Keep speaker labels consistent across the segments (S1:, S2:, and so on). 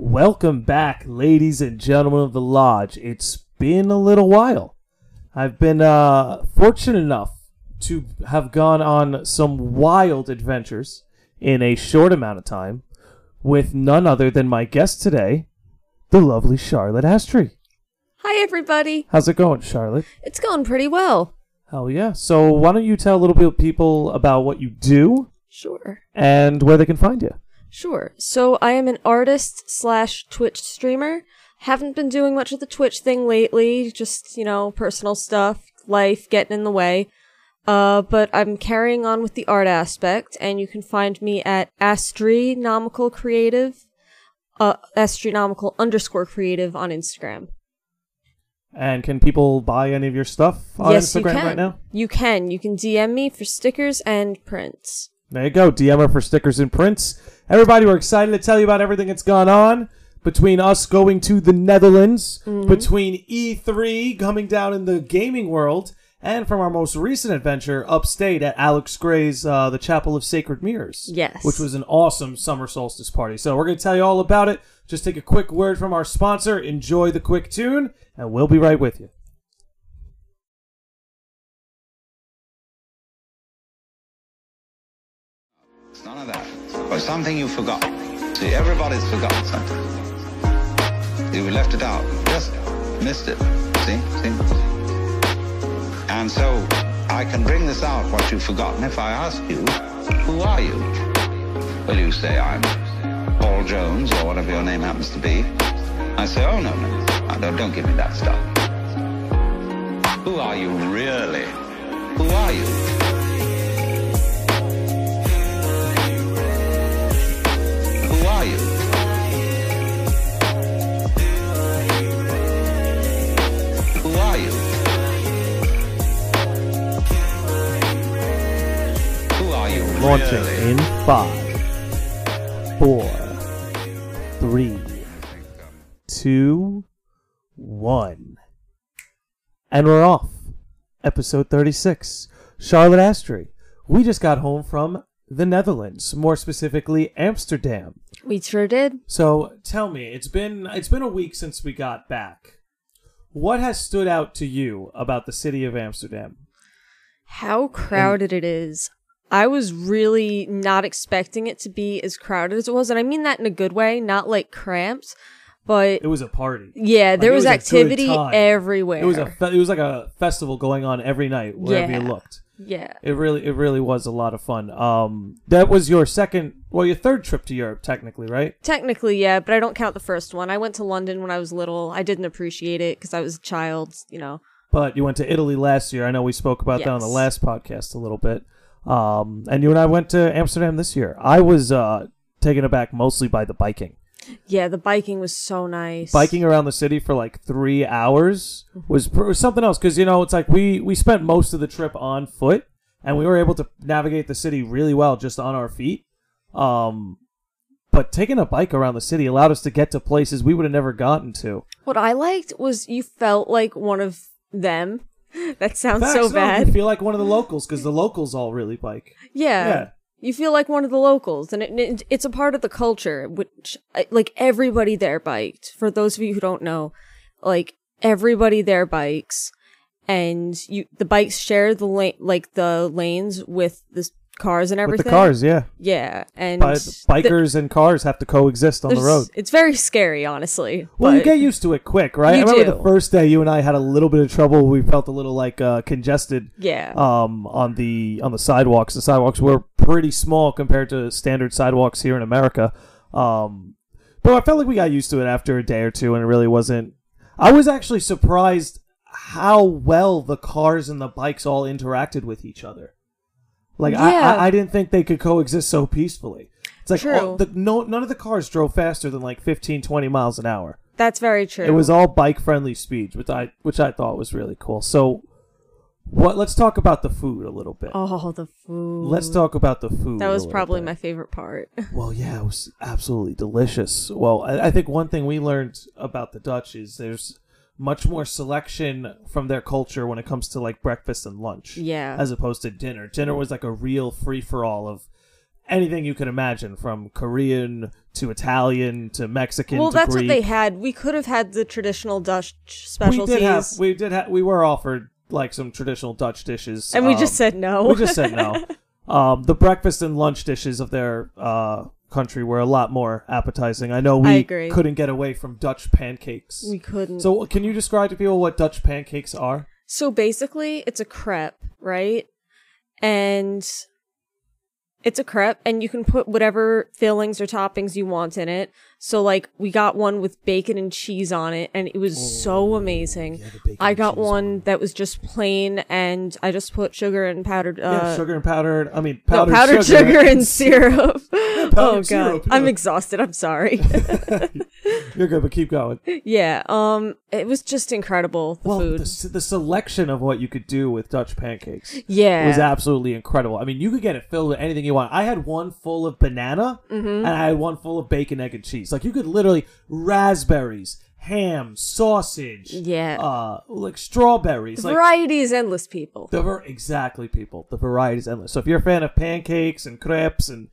S1: Welcome back, ladies and gentlemen of the lodge. It's been a little while. I've been uh, fortunate enough to have gone on some wild adventures in a short amount of time with none other than my guest today, the lovely Charlotte Astry.
S2: Hi, everybody.
S1: How's it going, Charlotte?
S2: It's going pretty well.
S1: Hell yeah. So, why don't you tell a little bit people about what you do
S2: Sure.
S1: and where they can find you?
S2: Sure. So, I am an artist slash Twitch streamer. Haven't been doing much of the Twitch thing lately, just, you know, personal stuff, life getting in the way. Uh, but I'm carrying on with the art aspect, and you can find me at astronomical creative, uh, astronomical underscore creative on Instagram.
S1: And can people buy any of your stuff on
S2: yes,
S1: Instagram
S2: you can.
S1: right now?
S2: You can. You can DM me for stickers and prints.
S1: There you go. DM her for stickers and prints. Everybody, we're excited to tell you about everything that's gone on between us going to the Netherlands, between E3 coming down in the gaming world, and from our most recent adventure upstate at Alex Gray's uh, The Chapel of Sacred Mirrors.
S2: Yes.
S1: Which was an awesome summer solstice party. So we're going to tell you all about it. Just take a quick word from our sponsor, enjoy the quick tune, and we'll be right with you.
S3: It's none of that. But something you forgot. See, everybody's forgotten something. You left it out. Just missed it. See? See? And so I can bring this out, what you've forgotten, if I ask you, who are you? Well, you say I'm Paul Jones or whatever your name happens to be. I say, oh, no, no. no don't, don't give me that stuff. Who are you really? Who are you? Who are you? Who are you? Who are you?
S1: Launching
S3: really?
S1: in five, four, three, two, one. And we're off. Episode 36. Charlotte Astry. We just got home from the Netherlands, more specifically Amsterdam.
S2: We sure did.
S1: So tell me, it's been it's been a week since we got back. What has stood out to you about the city of Amsterdam?
S2: how crowded it is. I was really not expecting it to be as crowded as it was, and I mean that in a good way, not like cramped, but
S1: It was a party.
S2: yeah,
S1: Like,
S2: there
S1: it
S2: was,
S1: a good
S2: activity
S1: time.
S2: everywhere.
S1: It was a fe- it was like a festival going on every night wherever you
S2: Yeah.
S1: looked.
S2: yeah,
S1: It really it really was a lot of fun. Um, that was your second, well, your third trip to Europe technically, right?
S2: technically yeah, but I don't count the first one. I went to London when I was little. I didn't appreciate it because I was a child, you know.
S1: But you went to Italy last year. I know we spoke about that on the
S2: Yes.
S1: last podcast a little bit. Um, and you and I went to Amsterdam this year. I was uh, taken aback mostly by the biking.
S2: Yeah, the biking was so nice.
S1: biking around the city for like three hours was pr- was something else because you know it's like we we spent most of the trip on foot and we were able to navigate the city really well just on our feet um but taking a bike around the city allowed us to get to places we would have never gotten to
S2: What I liked was you felt like one of them. That sounds
S1: Facts, no,
S2: so
S1: you
S2: bad.
S1: feel like one of the locals because the locals all really bike
S2: Yeah.
S1: Yeah.
S2: You feel like one of the locals, and it, it- it's a part of the culture, which, I- like, everybody there biked. For those of you who don't know, like, everybody there bikes, and you the bikes share the lane, like, the lanes with the s- cars and everything.
S1: with the cars yeah
S2: Yeah. And
S1: Bi-
S2: the-
S1: bikers and cars have to coexist on the
S2: there's-
S1: road
S2: It's very scary, honestly.
S1: Well, you
S2: but-
S1: get used to it quick, right? I
S2: You
S1: remember
S2: do.
S1: the first day you and I had a little bit of trouble. We felt a little like uh, congested.
S2: Yeah.
S1: Um, on the on the sidewalks, the sidewalks were pretty small compared to standard sidewalks here in America. Um, but I felt like we got used to it after a day or two, and it really wasn't. I was actually surprised how well the cars and the bikes all interacted with each other. Like
S2: Yeah.
S1: I, I, I didn't think they could coexist so peacefully. It's like all,
S2: True.
S1: the, no, none of the cars drove faster than like 15, 20 miles an hour.
S2: That's very true.
S1: It was all bike friendly speeds, which I which I thought was really cool. So what let's talk about the food a little bit.
S2: Oh, the food.
S1: Let's talk about the food.
S2: That
S1: a
S2: was
S1: little
S2: probably
S1: bit.
S2: my favorite part.
S1: Well, yeah, it was absolutely delicious. Well, I, I think one thing we learned about the Dutch is there's much more selection from their culture when it comes to like breakfast and lunch.
S2: Yeah.
S1: As opposed to dinner. Dinner was like a real free for all of anything you can imagine, from Korean to Italian to Mexican.
S2: well,
S1: to
S2: that's
S1: Greek.
S2: what they had. We could have had the traditional Dutch
S1: We
S2: specialties,
S1: did have. We did have. We were offered like some traditional Dutch dishes,
S2: and we
S1: um,
S2: just said no.
S1: we just said no. Um, the breakfast and lunch dishes of their uh, country were a lot more appetizing. I know we
S2: I agree.
S1: couldn't get away from Dutch pancakes.
S2: we couldn't.
S1: so, can you describe to people what Dutch pancakes are?
S2: So basically, it's a crepe, right? And it's a crepe, and you can put whatever fillings or toppings you want in it. So, like, we got one with bacon and cheese on it, and it was so
S1: Oh,
S2: amazing. I got one that was just plain, and I just put sugar and powdered. Uh,
S1: yeah, sugar and powdered. I mean,
S2: no,
S1: powdered,
S2: powdered sugar, and syrup. oh god,
S1: syrup, yeah.
S2: I'm exhausted. I'm sorry.
S1: You're good, but keep going.
S2: yeah, um, it was just incredible. The
S1: well,
S2: food.
S1: the, s- the selection of what you could do with Dutch pancakes
S2: yeah,
S1: was absolutely incredible. I mean, you could get it filled with anything you want. I had one full of banana,
S2: Mm-hmm.
S1: and I had one full of bacon, egg, and cheese. Like you could literally raspberries, ham, sausage,
S2: Yeah.
S1: uh, like strawberries, like
S2: variety is endless. People.
S1: the var- exactly people. The variety is endless. So if you're a fan of pancakes and crepes and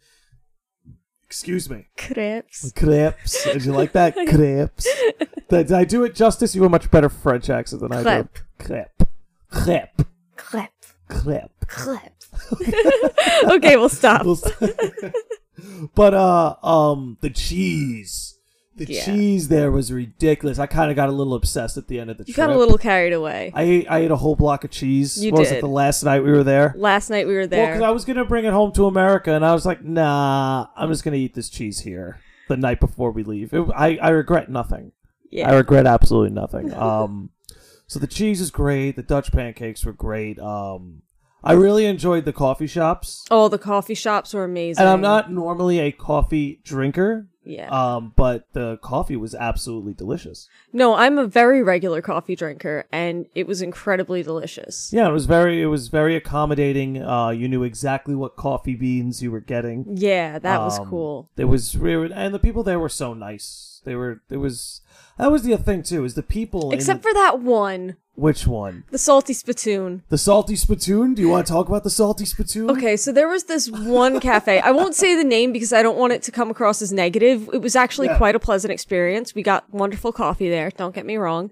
S1: excuse me,
S2: crepes.
S1: crepes, did you like that crepes? Did I do it justice? You have a much better French accent than I do.
S2: Crepe.
S1: Crepe, crepe,
S2: Clep.
S1: crepe.
S2: Clep. okay, we'll stop.
S1: We'll s- but uh um the cheese the
S2: Yeah.
S1: cheese there was ridiculous i kind of got a little obsessed at the end of the
S2: You
S1: trip
S2: got a little carried away.
S1: i ate i ate a whole block of cheese
S2: You
S1: what was it
S2: did.
S1: the last night we were there
S2: Last night we were
S1: Well, 'cause
S2: there.
S1: i was gonna bring it home to america and i was like nah i'm just gonna eat this cheese here the night before we leave It- i i regret nothing
S2: yeah.
S1: I regret absolutely nothing. Um, so the cheese is great. The Dutch pancakes were great. Um, I really enjoyed the coffee shops.
S2: oh, the coffee shops were amazing.
S1: And I'm not normally a coffee drinker,
S2: Yeah.
S1: um, but the coffee was absolutely delicious.
S2: no, I'm a very regular coffee drinker, and it was incredibly delicious.
S1: Yeah, it was very, it was very accommodating. Uh, you knew exactly what coffee beans you were getting.
S2: Yeah, that was
S1: Um,
S2: cool.
S1: It was, we were- and the people there were so nice. They were, it was, that was the other thing too. Is the people in-
S2: Except for that one,
S1: which one?
S2: the salty spittoon.
S1: The salty spittoon. Do you want to talk about the salty spittoon?
S2: Okay, so there was this one cafe. I won't say the name because I don't want it to come across as negative. It was actually
S1: Yeah.
S2: quite a pleasant experience. We got wonderful coffee there, don't get me wrong.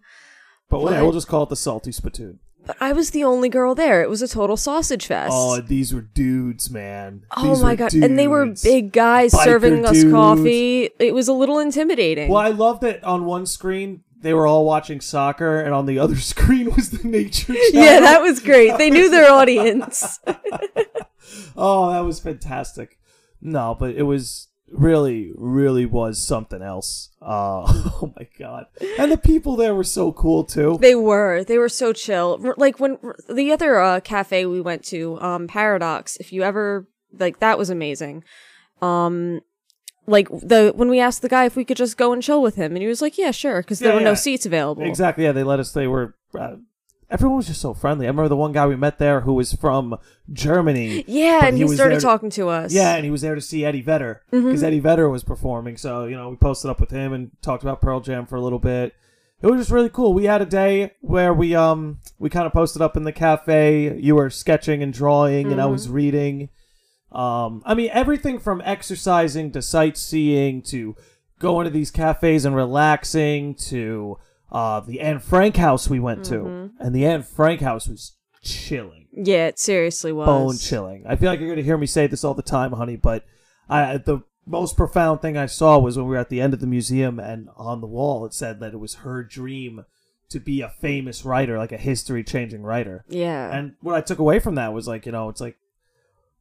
S1: but we'll,
S2: what?
S1: we'll just call it the salty spittoon.
S2: But I was the only girl there. It was a total sausage fest.
S1: Oh, these were dudes, man.
S2: Oh
S1: These
S2: my
S1: were
S2: god. And they were
S1: dudes.
S2: big guys
S1: Biker
S2: serving us
S1: dudes.
S2: coffee. It was a little intimidating.
S1: Well, I love that on one screen they were all watching soccer, and on the other screen was the nature. Channel.
S2: Yeah, that was great. They knew their audience.
S1: oh, that was fantastic. No, but it was really, really was something else. Uh, oh my god! And the people there were so cool too.
S2: They were. They were so chill. R- Like when r- the other uh, cafe we went to, um, Paradox. If you ever like, that was amazing. Um, like the when we asked the guy if we could just go and chill with him, and he was like, "Yeah, sure," because there
S1: Yeah,
S2: were no
S1: yeah.
S2: seats available.
S1: Exactly. Yeah, they let us. They were. Uh, everyone was just so friendly. I remember the one guy we met there who was from Germany.
S2: Yeah,
S1: But
S2: and
S1: he
S2: he,
S1: was
S2: started
S1: there to-
S2: talking to us.
S1: Yeah, and he was there to see Eddie Vedder because Eddie Vedder was performing. So you know, we posted up with him and talked about Pearl Jam for a little bit. It was just really cool. We had a day where we um we kind of posted up in the cafe. You were sketching and drawing, and I was reading. Um, I mean everything from exercising to sightseeing to going to these cafes and relaxing to uh the Anne Frank house we went to, and the Anne Frank house was chilling
S2: yeah, it seriously was.
S1: bone chilling. I feel like you're going to hear me say this all the time, honey, but I the most profound thing I saw was when we were at the end of the museum and on the wall it said that it was her dream to be a famous writer, like a history changing writer.
S2: Yeah,
S1: And what I took away from that was like, you know, it's like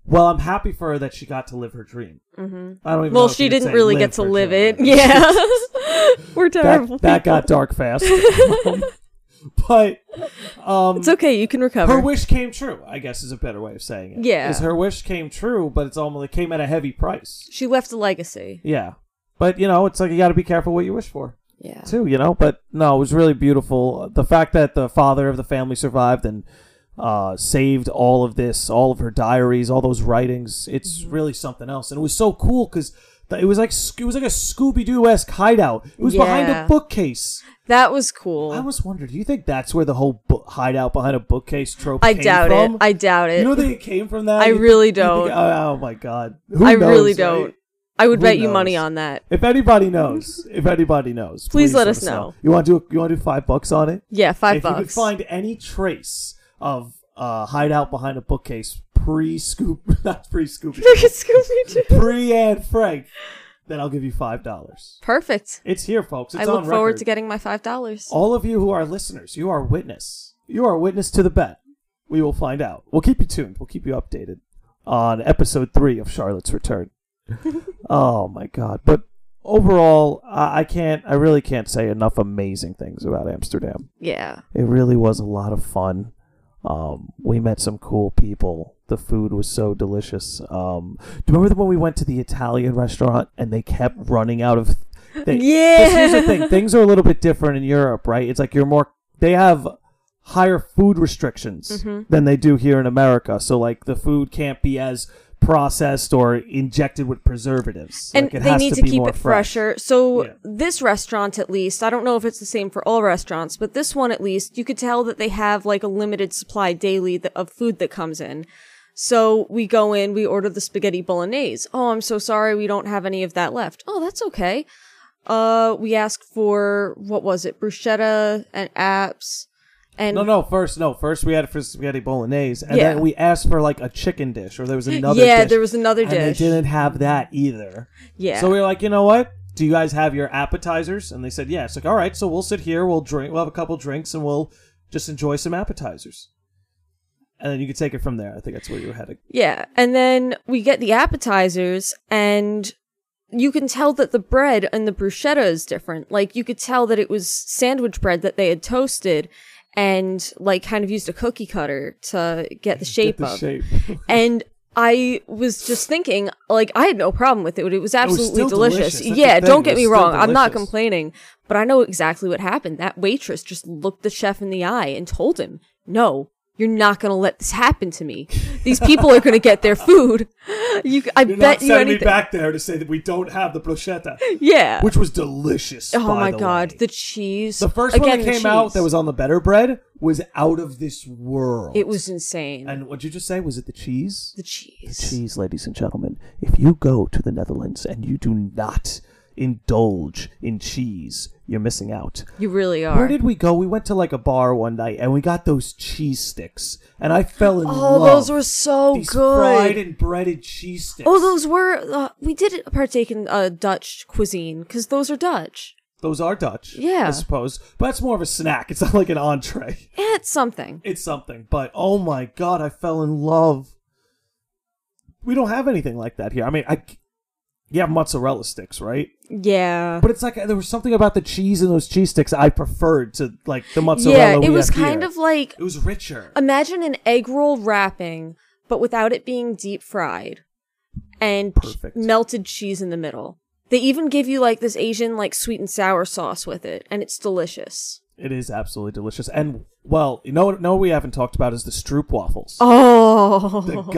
S1: well, I'm happy for her that she got to live her dream. Mm-hmm. I don't even know
S2: well,
S1: if
S2: she
S1: you could
S2: didn't
S1: say
S2: really
S1: live
S2: get to
S1: her
S2: live
S1: dream.
S2: it. Yeah, we're terrible.
S1: That, that got dark fast. Um, but um
S2: it's okay. You can recover.
S1: her wish came true, I guess is a better way of saying it.
S2: Yeah.
S1: Is her wish came true, but it's almost it came at a heavy price.
S2: she left a legacy.
S1: Yeah. But you know, it's like you gotta be careful what you wish for
S2: Yeah.
S1: too, you know. But no, it was really beautiful. The fact that the father of the family survived and uh, saved all of this, all of her diaries, all those writings. It's
S2: Mm-hmm.
S1: really something else, and it was so cool because it was like it was like a Scooby Doo esque hideout. It was behind
S2: Yeah.
S1: a bookcase.
S2: That was cool.
S1: I was wondering, do you think that's where the whole bo- hideout behind a bookcase trope?
S2: I
S1: came
S2: doubt
S1: from?
S2: it. I doubt it.
S1: You know that it came from that.
S2: I
S1: You think-
S2: really
S1: you think-
S2: don't.
S1: oh, oh my god, Who
S2: I
S1: knows,
S2: really
S1: right?
S2: don't. I would
S1: Who
S2: bet you
S1: knows?
S2: money on that.
S1: If anybody knows, if anybody knows,
S2: Please let us know.
S1: You want to do? You want to do five bucks on it?
S2: Yeah, five
S1: if you could
S2: bucks.
S1: find any trace of uh, hideout behind a bookcase pre Scoop, not pre Scoopy,
S2: Scooby Doo.
S1: pre Anne Frank, then I'll give you five dollars.
S2: Perfect.
S1: It's here, folks. It's
S2: I
S1: on
S2: look forward
S1: record. Oh,
S2: to getting my five dollars.
S1: All of you who are listeners, you are witness. You are witness to the bet. We will find out. We'll keep you tuned. We'll keep you updated on episode three of Charlotte's Return. oh my God! But overall, I, I can't. I really can't say enough amazing things about Amsterdam.
S2: Yeah.
S1: It really was a lot of fun. Um, we met some cool people. The food was so delicious. Um, do you remember when we went to the Italian restaurant and they kept running out of? They, 'cause Here's the thing:
S2: Yeah.
S1: things are a little bit different in Europe, right? It's like you're more. They have higher food restrictions
S2: Mm-hmm.
S1: than they do here in America. So like the food can't be as processed or injected with preservatives.
S2: And
S1: Like, it
S2: they
S1: has
S2: need to,
S1: be
S2: keep
S1: more
S2: it fresher. So
S1: Yeah.
S2: this restaurant, at least, I don't know if it's the same for all restaurants, but this one, at least, you could tell that they have like a limited supply daily th- of food that comes in. So we go in, we order the spaghetti bolognese. Oh, I'm so sorry, we don't have any of that left. Oh, that's okay. Uh, we asked for what was it, bruschetta and apps, and
S1: No, no. First, no. First, we had for spaghetti bolognese, and
S2: Yeah.
S1: then we asked for like a chicken dish, or there was another.
S2: Yeah,
S1: dish,
S2: there was another
S1: and they
S2: dish.
S1: didn't have that either.
S2: yeah,
S1: So we were like, you know what? Do you guys have your appetizers? And they said, yeah. It's like, all right. So we'll sit here. We'll drink. We'll have a couple drinks, and we'll just enjoy some appetizers. And then you could take it from there. I think that's where you were heading.
S2: Yeah. And then we get the appetizers and you can tell that the bread and the bruschetta is different. Like you could tell that it was sandwich bread that they had toasted and like kind of used a cookie cutter to get the shape
S1: Get the
S2: of.
S1: shape.
S2: And I was just thinking, like, I had no problem with it. It was absolutely
S1: still
S2: delicious.
S1: delicious. That's the
S2: Yeah,
S1: thing.
S2: don't
S1: It
S2: get
S1: was
S2: me
S1: still
S2: wrong. I'm not
S1: delicious.
S2: complaining, but I know exactly what happened. That waitress just looked the chef in the eye and told him, no, you're not going to let this happen to me. These people are going to get their food. You, I bet you anything.
S1: back there to say that we don't have the bruschetta,
S2: Yeah.
S1: which was delicious.
S2: oh my God. The cheese.
S1: The first
S2: Again,
S1: one that
S2: the
S1: came out
S2: cheese.
S1: that was on the Better Bread was out of this world.
S2: It was insane.
S1: And what'd you just say? Was it the cheese?
S2: the cheese.
S1: cheese, ladies and gentlemen. If you go to the Netherlands and you do not indulge in cheese, you're missing out.
S2: You really are.
S1: Where did we go? We went to like a bar one night and we got those cheese sticks, and I fell in
S2: oh,
S1: love.
S2: those were so
S1: These
S2: good.
S1: fried and breaded cheese sticks.
S2: Oh, those were. Uh, we did partake in uh, Dutch cuisine because those are Dutch.
S1: Those are Dutch. I
S2: Yeah.
S1: suppose, but that's more of a snack. It's not like an entree.
S2: Eh, It's something.
S1: It's something, but oh my god, I fell in love. We don't have anything like that here. I mean, I you have mozzarella sticks, right?
S2: Yeah.
S1: But it's like there was something about the cheese in those cheese sticks I preferred to like the mozzarella.
S2: Yeah,
S1: we
S2: it was
S1: have
S2: kind
S1: here.
S2: of Um, like
S1: it was richer.
S2: imagine an egg roll wrapping, but without it being deep fried, and ch-
S1: Perfect.
S2: melted cheese in the middle. They even give you like this Asian like sweet and sour sauce with it, and it's delicious.
S1: It is absolutely delicious, and well, you know, what- no, we haven't talked about is the stroop waffles.
S2: Oh.
S1: The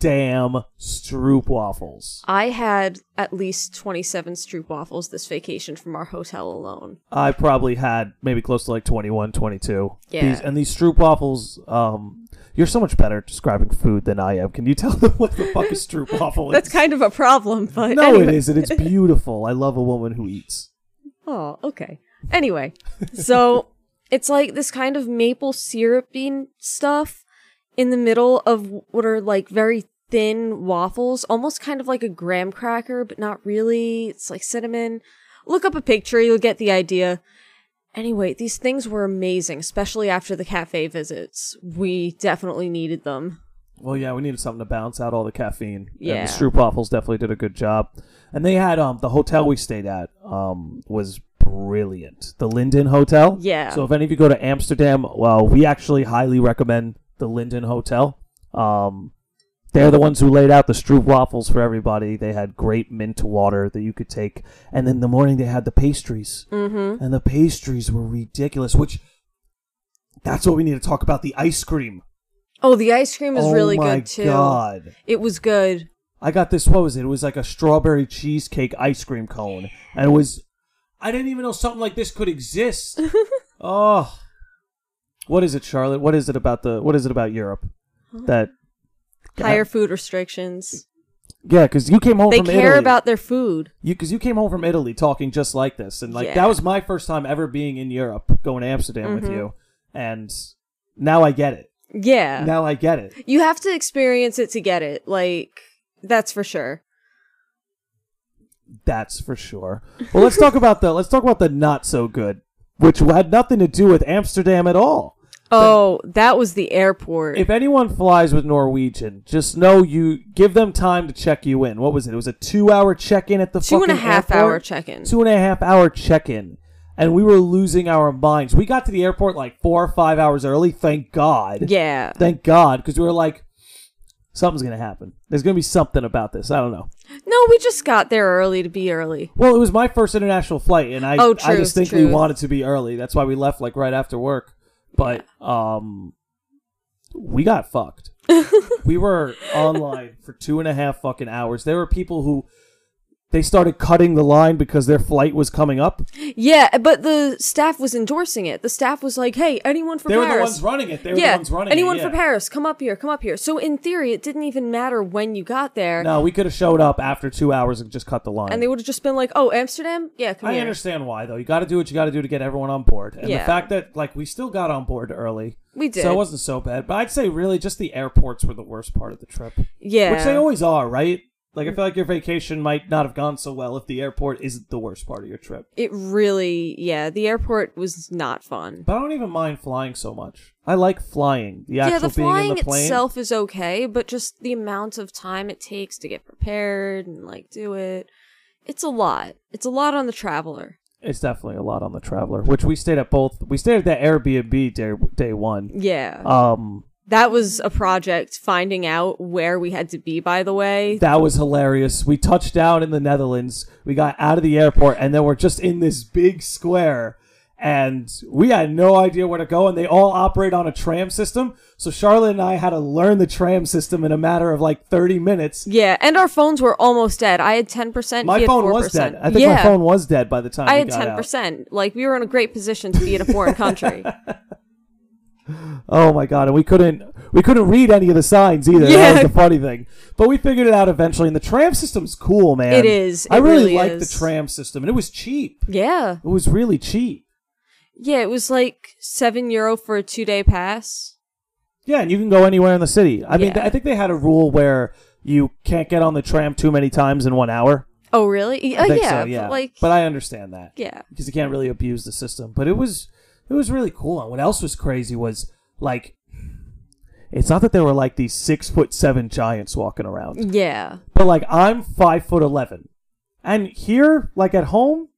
S1: goddamn stroop waffles.
S2: I had at least 27 stroopwafels this vacation from our hotel alone.
S1: I probably had maybe close to like 21, 22.
S2: Yeah.
S1: These, and these stroopwafels, um, you're so much better at describing food than I am. Can you tell them what the fuck a stroopwafel is?
S2: That's kind of a problem, but
S1: No,
S2: anyway.
S1: it isn't. It's beautiful. I love a woman who eats.
S2: Oh, okay. Anyway, so it's like this kind of maple syrupy stuff in the middle of what are like very thin waffles, almost kind of like a graham cracker, but not really. It's like cinnamon. Look up a picture, you'll get the idea. Anyway, these things were amazing, especially after the cafe visits. We definitely needed them.
S1: Well, yeah, we needed something to balance out all the caffeine.
S2: Yeah.
S1: And the stroopwafels definitely did a good job. And they had um the hotel we stayed at um was brilliant. The Linden Hotel.
S2: Yeah.
S1: So if any of you go to Amsterdam, well, we actually highly recommend the Linden Hotel. Um they're the ones who laid out the stroopwafels for everybody. They had great mint water that you could take. And then in the morning they had the pastries. Mm-hmm. And the pastries were ridiculous, which that's what we need to talk about the ice cream.
S2: Oh, the ice cream was
S1: oh
S2: really
S1: my
S2: good too.
S1: god.
S2: It was good.
S1: I got this. What was it? It was like a strawberry cheesecake ice cream cone, and it was. I didn't even know something like this could exist. oh, what is it, Charlotte? What is it about the? What is it about Europe that?
S2: Higher food restrictions.
S1: Yeah, because you came home
S2: They
S1: from
S2: care
S1: Italy.
S2: about their food.
S1: you because you came home from Italy talking just like this, and like
S2: Yeah. Mm-hmm.
S1: that was my first time ever being in Europe, going to Amsterdam with you, and now I get it.
S2: Yeah.
S1: Now I get it.
S2: You have to experience it to get it. Like, that's for sure.
S1: That's for sure. Well, let's talk about the let's talk about the not so good, which had nothing to do with Amsterdam at all.
S2: Oh, that was the airport.
S1: If anyone flies with Norwegian, just know you give them time to check you in. What was it? It was a two-hour check-in at the
S2: Two and a
S1: fucking
S2: half
S1: airport?
S2: hour check-in.
S1: Two and a half hour check-in, and we were losing our minds. We got to the airport like four or five hours early. Thank God.
S2: yeah.
S1: Thank God, because we were like, something's gonna happen. There's gonna be something about this. I don't know.
S2: No, we just got there early to be early.
S1: Well, it was my first international flight, and I
S2: Oh,
S1: I
S2: true,
S1: just think we
S2: true.
S1: wanted to be early. That's why we left like right after work. But um, we got fucked. we were online for two and a half fucking hours. There were people who they started cutting the line because their flight was coming up.
S2: Yeah, but the staff was endorsing it. The staff was like, "Hey, anyone from
S1: they were
S2: Paris?
S1: the ones running it. They were
S2: yeah,
S1: the ones running.
S2: anyone
S1: it,
S2: from
S1: yeah.
S2: Paris, come up here, come up here." So in theory, it didn't even matter when you got there,
S1: No, we could have showed up after two hours and just cut the line.
S2: and they would have just been like, "Oh, Amsterdam? Yeah, come
S1: I
S2: here."
S1: understand why though. You got to do what you got to do to get everyone on board, and the
S2: Yeah.
S1: fact that like we still got on board early,
S2: We did.
S1: so it wasn't so bad. But I'd say really just the airports were the worst part of the trip,
S2: yeah,
S1: which they always are, right? Like I feel like your vacation might not have gone so well if the airport isn't the worst part of your trip.
S2: it really, yeah, the airport was not fun.
S1: But I don't even mind flying so much. I like flying. The actual
S2: yeah, the
S1: being
S2: flying
S1: in the plane.
S2: itself is okay, but just the amount of time it takes to get prepared and like do it, it's a lot. It's a lot on the traveler.
S1: It's definitely a lot on the traveler. Which we stayed at both. We stayed at that Airbnb day day one.
S2: Yeah.
S1: Um,
S2: That was a project finding out where we had to be, by the way.
S1: That was hilarious. We touched down in the Netherlands. We got out of the airport, and then we're just in this big square, and we had no idea where to go. And they all operate on a tram system, so Charlotte and I had to learn the tram system in a matter of like thirty minutes.
S2: Yeah, and our phones were almost dead. I had 10%. he
S1: My
S2: had
S1: phone
S2: 4%.
S1: was dead. I think
S2: yeah,
S1: my phone was dead by the time
S2: I
S1: we
S2: had
S1: got
S2: 10%. Like, we were in a great position to be in a foreign country.
S1: out. Oh my god! And we couldn't we couldn't read any of the signs either. That
S2: Yeah.
S1: was the funny thing. But we figured it out eventually. And the tram system's cool, man.
S2: It is.
S1: I
S2: It
S1: really,
S2: really
S1: liked
S2: is.
S1: the tram system, and it was cheap.
S2: Yeah.
S1: It was really cheap.
S2: Yeah, it was like 7 euro for a two day pass.
S1: Yeah, and you can go anywhere in the city. I mean,
S2: Yeah.
S1: I think they had a rule where you can't get on the tram too many times in one hour.
S2: Oh, really?
S1: I
S2: Uh,
S1: think
S2: yeah,
S1: so, yeah.
S2: But like,
S1: but I understand that
S2: yeah.
S1: because you can't really abuse the system. But it was it was really cool. And what else was crazy was like, it's not that there were like these six foot seven giants walking around,
S2: Yeah.
S1: but like I'm five foot eleven, and here like at home.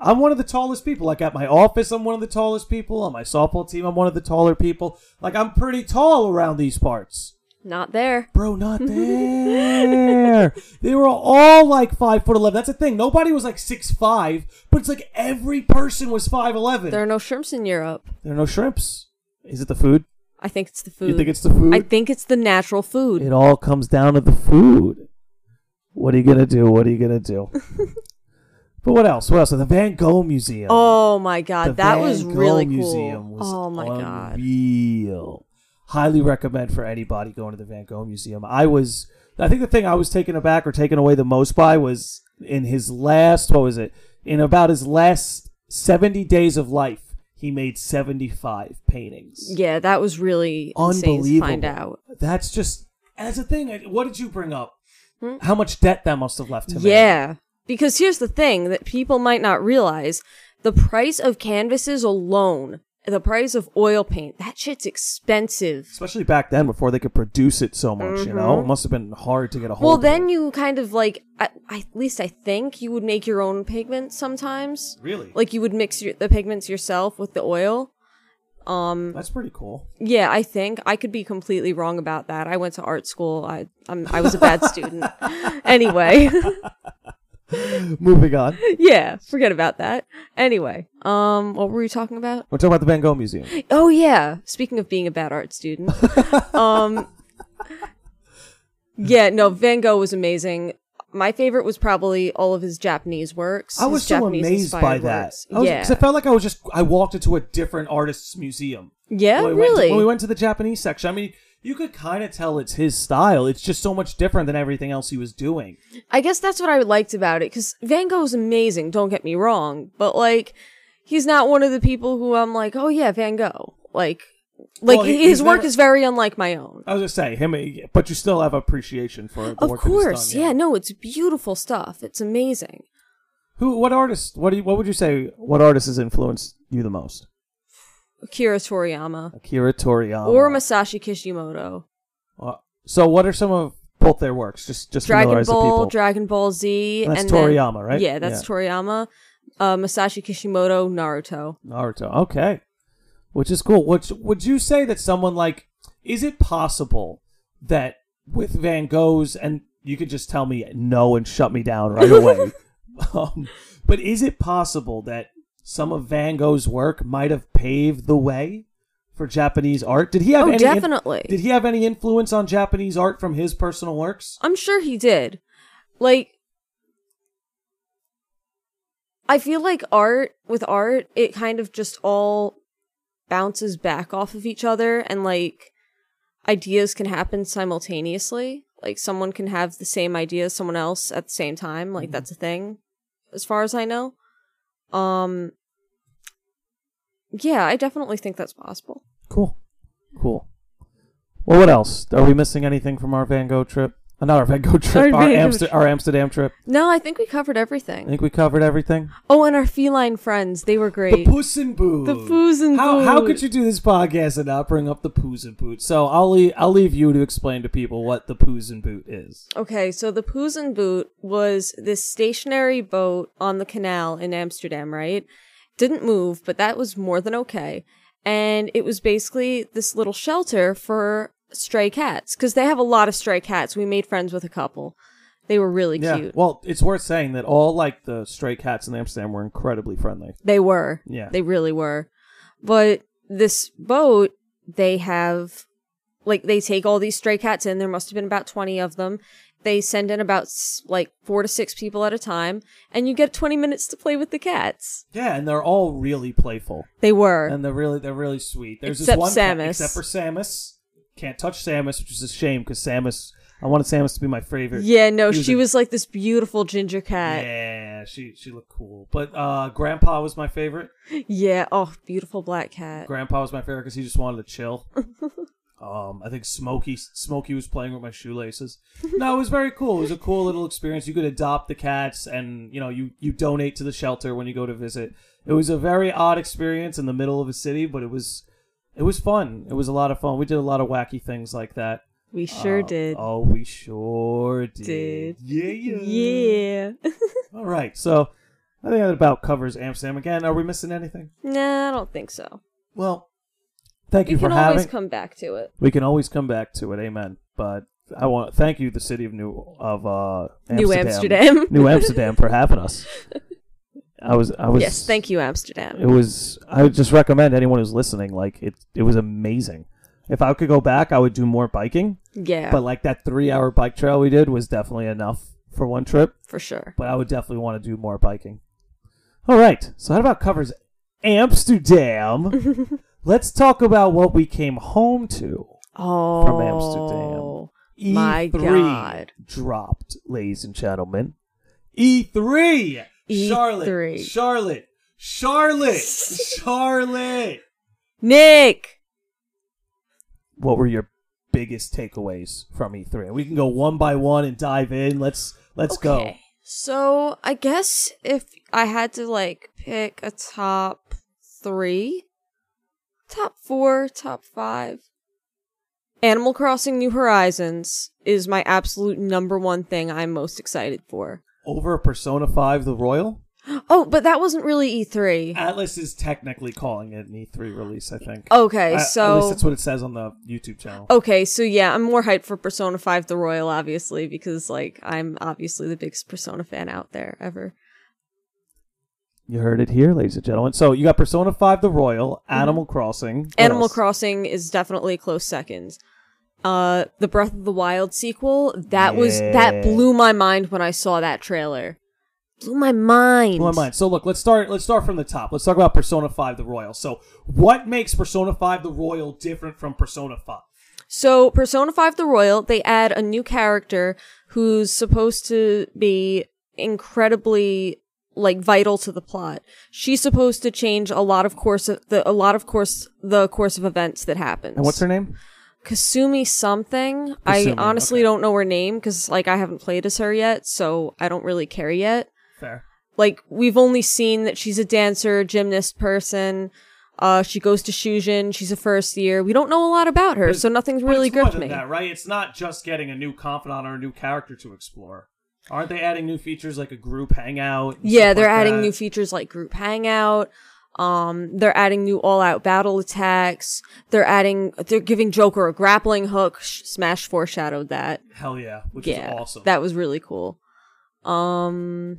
S1: I'm one of the tallest people. Like at my office, I'm one of the tallest people. On my softball team, I'm one of the taller people. Like I'm pretty tall around these parts.
S2: Not there.
S1: Bro, not there. they were all like five foot eleven. That's the thing. Nobody was like six five, but it's like every person was five eleven.
S2: There are no shrimps in Europe.
S1: There are no shrimps. Is it the food?
S2: I think it's the food.
S1: You think it's the food?
S2: I think it's the natural food.
S1: it all comes down to the food. What are you gonna do? What are you gonna do? but what else? What else? The Van Gogh Museum.
S2: Oh my god,
S1: the
S2: that
S1: Van
S2: was
S1: Gogh
S2: really cool.
S1: Museum was
S2: oh my god.
S1: unreal. Highly recommend for anybody going to the Van Gogh Museum. I was, I think the thing I was taken aback or taken away the most by was in his last, what was it? In about his last 70 days of life, he made 75 paintings.
S2: Yeah, that was really insane to
S1: Unbelievable.
S2: find out.
S1: That's just, as a thing, I- what did you bring up?
S2: Hmm?
S1: How much debt that must have left him. in.
S2: Yeah. Because here's the thing that people might not realize the price of canvases alone, the price of oil paint, that shit's expensive.
S1: Especially back then before they could produce it so much, you know? It must have been hard to get a hold
S2: Mm-hmm. Well,
S1: of
S2: then
S1: it.
S2: you kind of like, at, at least I think you would make your own pigments sometimes.
S1: Really?
S2: Like you would mix your, the pigments yourself with the oil. Um,
S1: That's pretty cool.
S2: Yeah, I think I could be completely wrong about that. I went to art school. I I'm, I was a bad student. Anyway,
S1: Moving on.
S2: yeah, forget about that. Anyway, um, what were we talking about?
S1: We're talking about the Van Gogh Museum.
S2: Oh yeah, speaking of being a bad art student, um, yeah, no, Van Gogh was amazing. my favorite was probably all of his Japanese works.
S1: I
S2: his
S1: was so
S2: Japanese
S1: amazed by
S2: inspired
S1: that.
S2: works.
S1: I was,
S2: yeah,
S1: 'cause I felt like I was just I walked into a different artist's museum.
S2: yeah,
S1: when we Went
S2: really.
S1: to, when we went to the Japanese section, I mean, you could kind of tell it's his style. It's just so much different than everything else he was doing.
S2: I guess that's what I liked about it because Van Gogh's amazing. Don't get me wrong, but like, he's not one of the people who I'm like, oh yeah, Van Gogh. Like, like
S1: Well, he-
S2: his
S1: he's
S2: work
S1: never-
S2: is very unlike my own.
S1: I was gonna say him, but you still have appreciation for the
S2: Of
S1: work that he's
S2: course,
S1: done,
S2: yeah. No, it's beautiful stuff. It's amazing.
S1: Who? What artist? What? Do you, what would you say? What artist has influenced you the most?
S2: Akira Toriyama
S1: Akira Toriyama.
S2: or Masashi Kishimoto.
S1: Uh, so, what are some of both their works? Just, just
S2: Dragon
S1: familiarize the
S2: Ball,
S1: people.
S2: Dragon Ball Z,
S1: That's
S2: and then-
S1: Toriyama, right?
S2: Yeah, that's
S1: Yeah.
S2: Toriyama, uh, Masashi Kishimoto, Naruto.
S1: Naruto. Okay, which is cool. Which would you say that someone like? Is it possible that with Van Gogh's and you could just tell me no and shut me down right away? um, but is it possible that some of Van Gogh's work might have paved the way for Japanese art? Did he have
S2: Oh,
S1: any in-
S2: definitely.
S1: did he have any influence on Japanese art from his personal works?
S2: I'm sure he did. Like, I feel like art with art, it kind of just all bounces back off of each other, and like ideas can happen simultaneously. Like, someone can have the same idea as someone else at the same time. Like, that's a thing, as far as I know. Um, yeah, I definitely think that's possible.
S1: Cool. Cool. Well, what else? Are we missing anything from our Van Gogh trip? Uh, Not our Van Gogh trip,
S2: Our
S1: our,
S2: Van Gogh
S1: Amster-
S2: trip.
S1: our Amsterdam trip.
S2: No, I think we covered
S1: I
S2: everything.
S1: think we covered everything.
S2: Oh, and our feline friends, they were
S1: The
S2: great.
S1: Puss in Boot.
S2: The Puss in
S1: how, How could
S2: Boot.
S1: you do this podcast and not bring up the Puss in Boot? So I'll leave, I'll leave you to explain to people what the Puss in Boot is.
S2: Okay, so the Poos in Boot was this stationary boat on the canal in Amsterdam, right? Didn't move, but that was more than okay. And it was basically this little shelter for stray cats because they have a lot of stray cats. We made friends with a couple. They were really cute.
S1: Well, it's worth saying that all like the stray cats in Amsterdam were incredibly friendly.
S2: They were.
S1: Yeah.
S2: They really were. But this boat, they have, like, they take all these stray cats in. There must have been about 20 of them. They send in about, s- like, four to six people at a time, and you get 20 minutes to play with the cats.
S1: Yeah, and they're all really playful.
S2: They were.
S1: and they're really they're really sweet. There's
S2: Except
S1: this one cat-
S2: Samus.
S1: except for Samus, can't touch Samus, which is a shame because Samus. I wanted Samus to be my favorite.
S2: yeah, no,
S1: He
S2: she
S1: a-
S2: was like this beautiful ginger cat.
S1: Yeah, she she looked cool. But uh, Grandpa was my favorite.
S2: Yeah, oh, beautiful black cat.
S1: Grandpa was my favorite because he just wanted to chill. um, I think Smokey Smokey was playing with my shoelaces. No, it was very cool. It was a cool little experience. You could adopt the cats, and you know you you donate to the shelter when you go to visit. It was a very odd experience in the middle of a city, but it was it was fun. It was a lot of fun. We did a lot of wacky things like that.
S2: We sure
S1: Uh,
S2: did.
S1: Oh, we sure did.
S2: Did.
S1: Yeah, yeah,
S2: Yeah.
S1: All right, so I think that about covers Amsterdam. Again, are we missing anything? nah.
S2: nah, I don't think so.
S1: Well, thank you,
S2: we
S1: for
S2: can
S1: having.
S2: always come back to it.
S1: we can always come back to it. Amen. But I want thank you, the city of New of uh,
S2: New Amsterdam.
S1: New Amsterdam, for having us. I was, I was.
S2: yes, thank you, Amsterdam.
S1: It was. I would just recommend anyone who's listening. Like it, it was amazing. If I could go back, I would do more biking.
S2: yeah,
S1: But like that three-hour bike trail we did was definitely enough for one trip.
S2: for sure.
S1: but I would definitely want to do more biking. All right, so that about covers Amsterdam. Let's talk about what we came home to.
S2: Oh,
S1: Amsterdam. E3
S2: My God.
S1: E dropped, ladies and gentlemen. E3!
S2: E
S1: Charlotte,
S2: E3.
S1: Charlotte, Charlotte, Charlotte.
S2: Nick.
S1: What were your biggest takeaways from E3? We can go one by one and dive in. Let's let's go.
S2: Okay. So I guess if I had to like pick a top three, top four, top five, Animal Crossing New Horizons is my absolute number one thing I'm most excited for.
S1: Over Persona 5 the Royal?
S2: Oh, but that wasn't really E3.
S1: Atlas is technically calling it an E3 release, I think.
S2: Okay,
S1: I-
S2: so Oh.
S1: at least that's what it says on the YouTube channel.
S2: Okay, so yeah, I'm more hyped for Persona 5 The Royal, obviously, because, like, I'm obviously the biggest Persona fan out there ever.
S1: You heard it here, ladies and gentlemen. So you got Persona Five, The Royal, Animal Crossing, What
S2: Mm-hmm. Animal
S1: else?
S2: Crossing is definitely a close second. uh the Breath of the Wild sequel. That was that
S1: Yeah.
S2: blew my mind when I saw that trailer. Blew my mind.
S1: Blew my mind. So look, let's start. Let's start from the top. Let's talk about Persona Five: The Royal. So, what makes Persona Five: The Royal different from Persona Five?
S2: So Persona 5 the Royal, they add a new character who's supposed to be incredibly like vital to the plot. She's supposed to change a lot of course of the a lot of course the course of events that happens.
S1: And what's her name?
S2: Kasumi something. I
S1: Kasumi,
S2: honestly
S1: okay.
S2: don't know her name cuz like I haven't played as her yet, so I don't really care yet.
S1: Fair.
S2: Like we've only seen that she's a dancer, gymnast person. Uh, she goes to Shujin. She's a first year. We don't know a lot about her, so nothing's
S1: But
S2: really
S1: it's more
S2: gripped
S1: than
S2: me.
S1: That, right? It's not just getting a new confidant or a new character to explore. Aren't they adding new features like a group hangout? and
S2: Yeah,
S1: stuff
S2: they're
S1: like
S2: adding
S1: that?
S2: new features like group hangout. Um, they're adding new all-out battle attacks. They're adding, they're giving Joker a grappling hook. Sh- Smash foreshadowed that.
S1: Hell yeah, which
S2: yeah,
S1: is awesome.
S2: that was really cool. Um,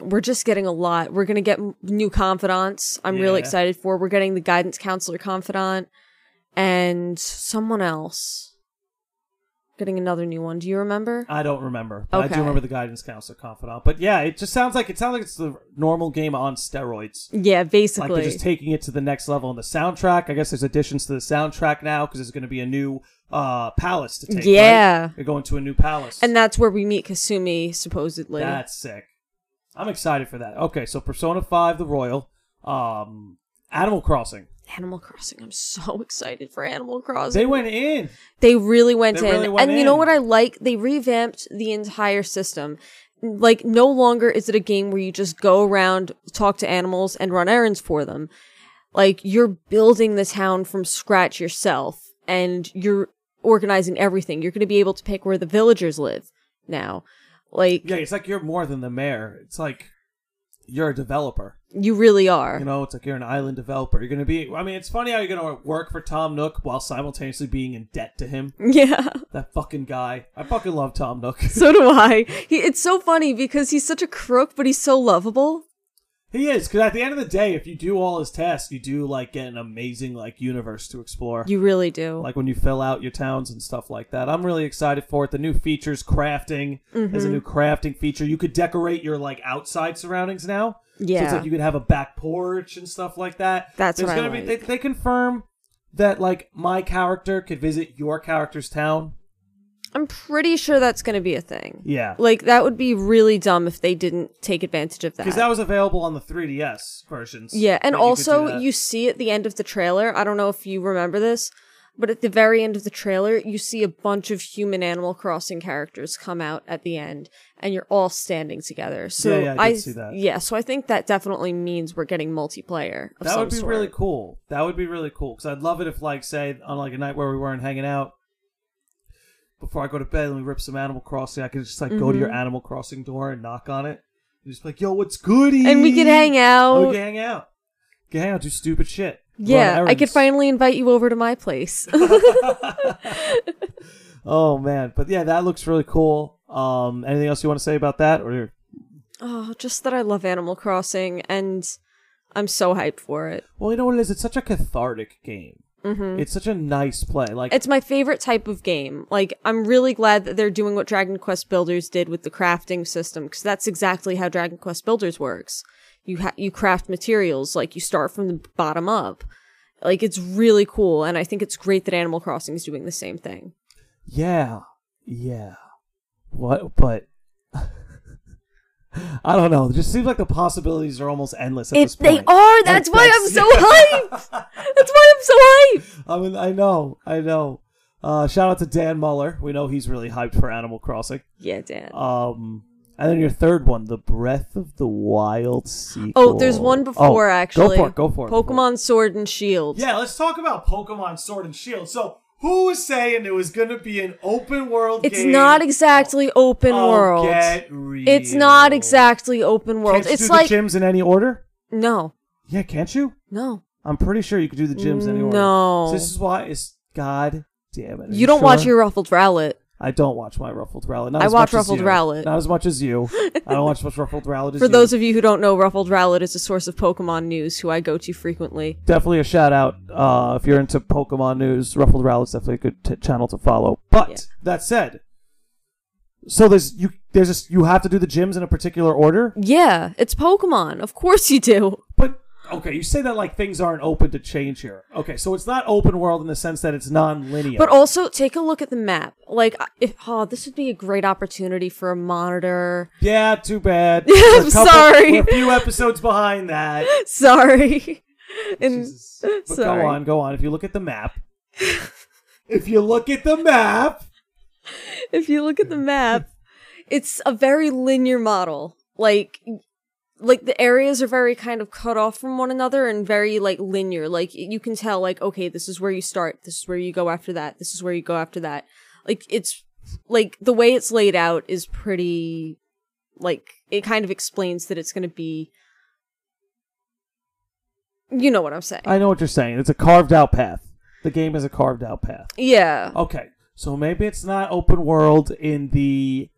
S2: we're just getting a lot. We're gonna get m- new confidants. I'm really
S1: Yeah.
S2: excited for. We're getting the guidance counselor confidant and someone else. Getting another new one. Do you remember?
S1: I don't remember. But I
S2: Okay.
S1: do remember the guidance counselor confidant. But yeah, it just sounds like it sounds like it's the normal game on steroids.
S2: yeah, basically.
S1: Like they're just taking it to the next level on the soundtrack. I guess there's additions to the soundtrack now because there's going to be a new uh, palace to take.
S2: Yeah.
S1: right? they're going to a new palace,
S2: and that's where we meet Kasumi, supposedly.
S1: that's sick. I'm excited for that. Okay, so Persona Five, the Royal, um, Animal Crossing.
S2: Animal Crossing. I'm so excited for Animal Crossing.
S1: They went in.
S2: They really went
S1: They
S2: in.
S1: really went
S2: and you know
S1: in.
S2: what I like? They revamped the entire system. Like, no longer is it a game where you just go around, talk to animals, and run errands for them. Like, you're building the town from scratch yourself and you're organizing everything. You're going to be able to pick where the villagers live now. Like,
S1: Yeah, it's like you're more than the mayor. It's like you're a developer.
S2: you really are.
S1: You know, it's like you're an island developer. You're gonna be. I mean, it's funny how you're gonna work for Tom Nook while simultaneously being in debt to him.
S2: yeah.
S1: That fucking guy. I fucking love Tom Nook.
S2: So do I. He, it's so funny because he's such a crook, but he's so lovable.
S1: He is, because at the end of the day, if you do all his tasks, you do like get an amazing like universe to explore.
S2: You really do.
S1: like when you fill out your towns and stuff like that. I'm really excited for it. The new features, crafting. There's a
S2: Mm-hmm.
S1: new crafting feature. You could decorate your like outside surroundings now. So it's
S2: Yeah.
S1: like you could have a back porch and stuff like that.
S2: That's
S1: There's
S2: what I
S1: gonna be they,
S2: like.
S1: they confirm that like my character could visit your character's town.
S2: I'm pretty sure that's going to be a thing.
S1: Yeah.
S2: Like that would be really dumb if they didn't take advantage of that.
S1: Because that was available on the 3DS versions.
S2: yeah, and
S1: that you could do
S2: also
S1: that.
S2: you see at the end of the trailer, I don't know if you remember this, but at the very end of the trailer, you see a bunch of human Animal Crossing characters come out at the end and you're all standing together. So
S1: Yeah, yeah, I did see that.
S2: Yeah, so I think that definitely means we're getting multiplayer. Of
S1: that
S2: some
S1: would be
S2: sort.
S1: really cool. That would be really cool because I'd love it if, like, say, on like a night where we weren't hanging out, before I go to bed and we rip some Animal Crossing, I could just like go to
S2: Mm-hmm.
S1: your Animal Crossing door and knock on it and just be like, "Yo, what's goody?"
S2: And we could hang
S1: And
S2: out.
S1: we could hang out. We could hang out, do stupid shit. Run
S2: Yeah, I could
S1: errands.
S2: finally invite you over to my place.
S1: Oh man, but yeah, that looks really cool. Um, anything else you want to say about that? Or
S2: oh, just that I love Animal Crossing and I'm so hyped for it.
S1: well, you know what it is? It's such a cathartic game. Mm-hmm. It's such a nice play. Like
S2: It's my favorite type of game. Like, I'm really glad that they're doing what Dragon Quest Builders did with the crafting system, because that's exactly how Dragon Quest Builders works. You ha- you craft materials, like, you start from the bottom up. Like, it's really cool, and I think it's great that Animal Crossing is doing the same thing.
S1: Yeah, yeah. What? But I don't know. It just seems like the possibilities are almost endless at this
S2: If
S1: point.
S2: they are, that's why I'm so hyped! That's why I'm so hyped!
S1: I mean, I know, I know. Uh, shout out to Dan Muller. We know he's really hyped for Animal Crossing.
S2: Yeah, Dan.
S1: Um, and then your third one, the Breath of the Wild sequel.
S2: Oh, there's one
S1: Oh,
S2: before, actually.
S1: Go for it. Go for it. go for it.
S2: Pokemon Sword and Shield.
S1: Yeah, let's talk about Pokemon Sword and Shield. So, who was saying it was going to be an open world?
S2: It's
S1: game?
S2: not exactly open
S1: Oh,
S2: world.
S1: get real.
S2: It's not exactly open world.
S1: Can't you
S2: it's
S1: do
S2: like
S1: the gyms in any order.
S2: no,
S1: Yeah, can't you?
S2: no.
S1: I'm pretty sure you could do the gyms in any order.
S2: No.
S1: So this is why it's God damn it. Are
S2: You don't watch
S1: sure?
S2: your ruffled rowlet.
S1: I don't watch my Ruffled Rowlet. Not
S2: I
S1: as
S2: watch
S1: much as
S2: Ruffled
S1: you.
S2: Rowlet.
S1: Not as much as you. I don't watch as much Ruffled Rowlet as
S2: For
S1: you.
S2: those of you who don't know, Ruffled Rowlet is a source of Pokemon news who I go to frequently.
S1: definitely a shout out uh, if you're into Pokemon news. Ruffled Rowlet's definitely a good t- channel to follow. But
S2: Yeah.
S1: that said, so there's you there's this, you have to do the gyms in a particular order.
S2: Yeah, it's Pokemon. Of course you do.
S1: But okay, you say that like things aren't open to change here. Okay, so it's not open world in the sense that it's non-linear.
S2: But also take a look at the map. Like I- if oh, this would be a great opportunity for a monitor.
S1: yeah, too bad.
S2: I'm
S1: We're a
S2: sorry.
S1: We're a few episodes behind that.
S2: Sorry. and
S1: Jesus. But
S2: sorry.
S1: go on, go on. If you look at the map, if you look at the map,
S2: if you look at the map, it's a very linear model. Like like the areas are very kind of cut off from one another and very like linear. Like you can tell like okay, this is where you start, this is where you go after that, this is where you go after that. Like it's like the way it's laid out is pretty like it kind of explains that it's going to be you know what I'm saying.
S1: I know what you're saying. It's a carved out path. The game is a carved out path.
S2: yeah.
S1: Okay, so maybe it's not open world in the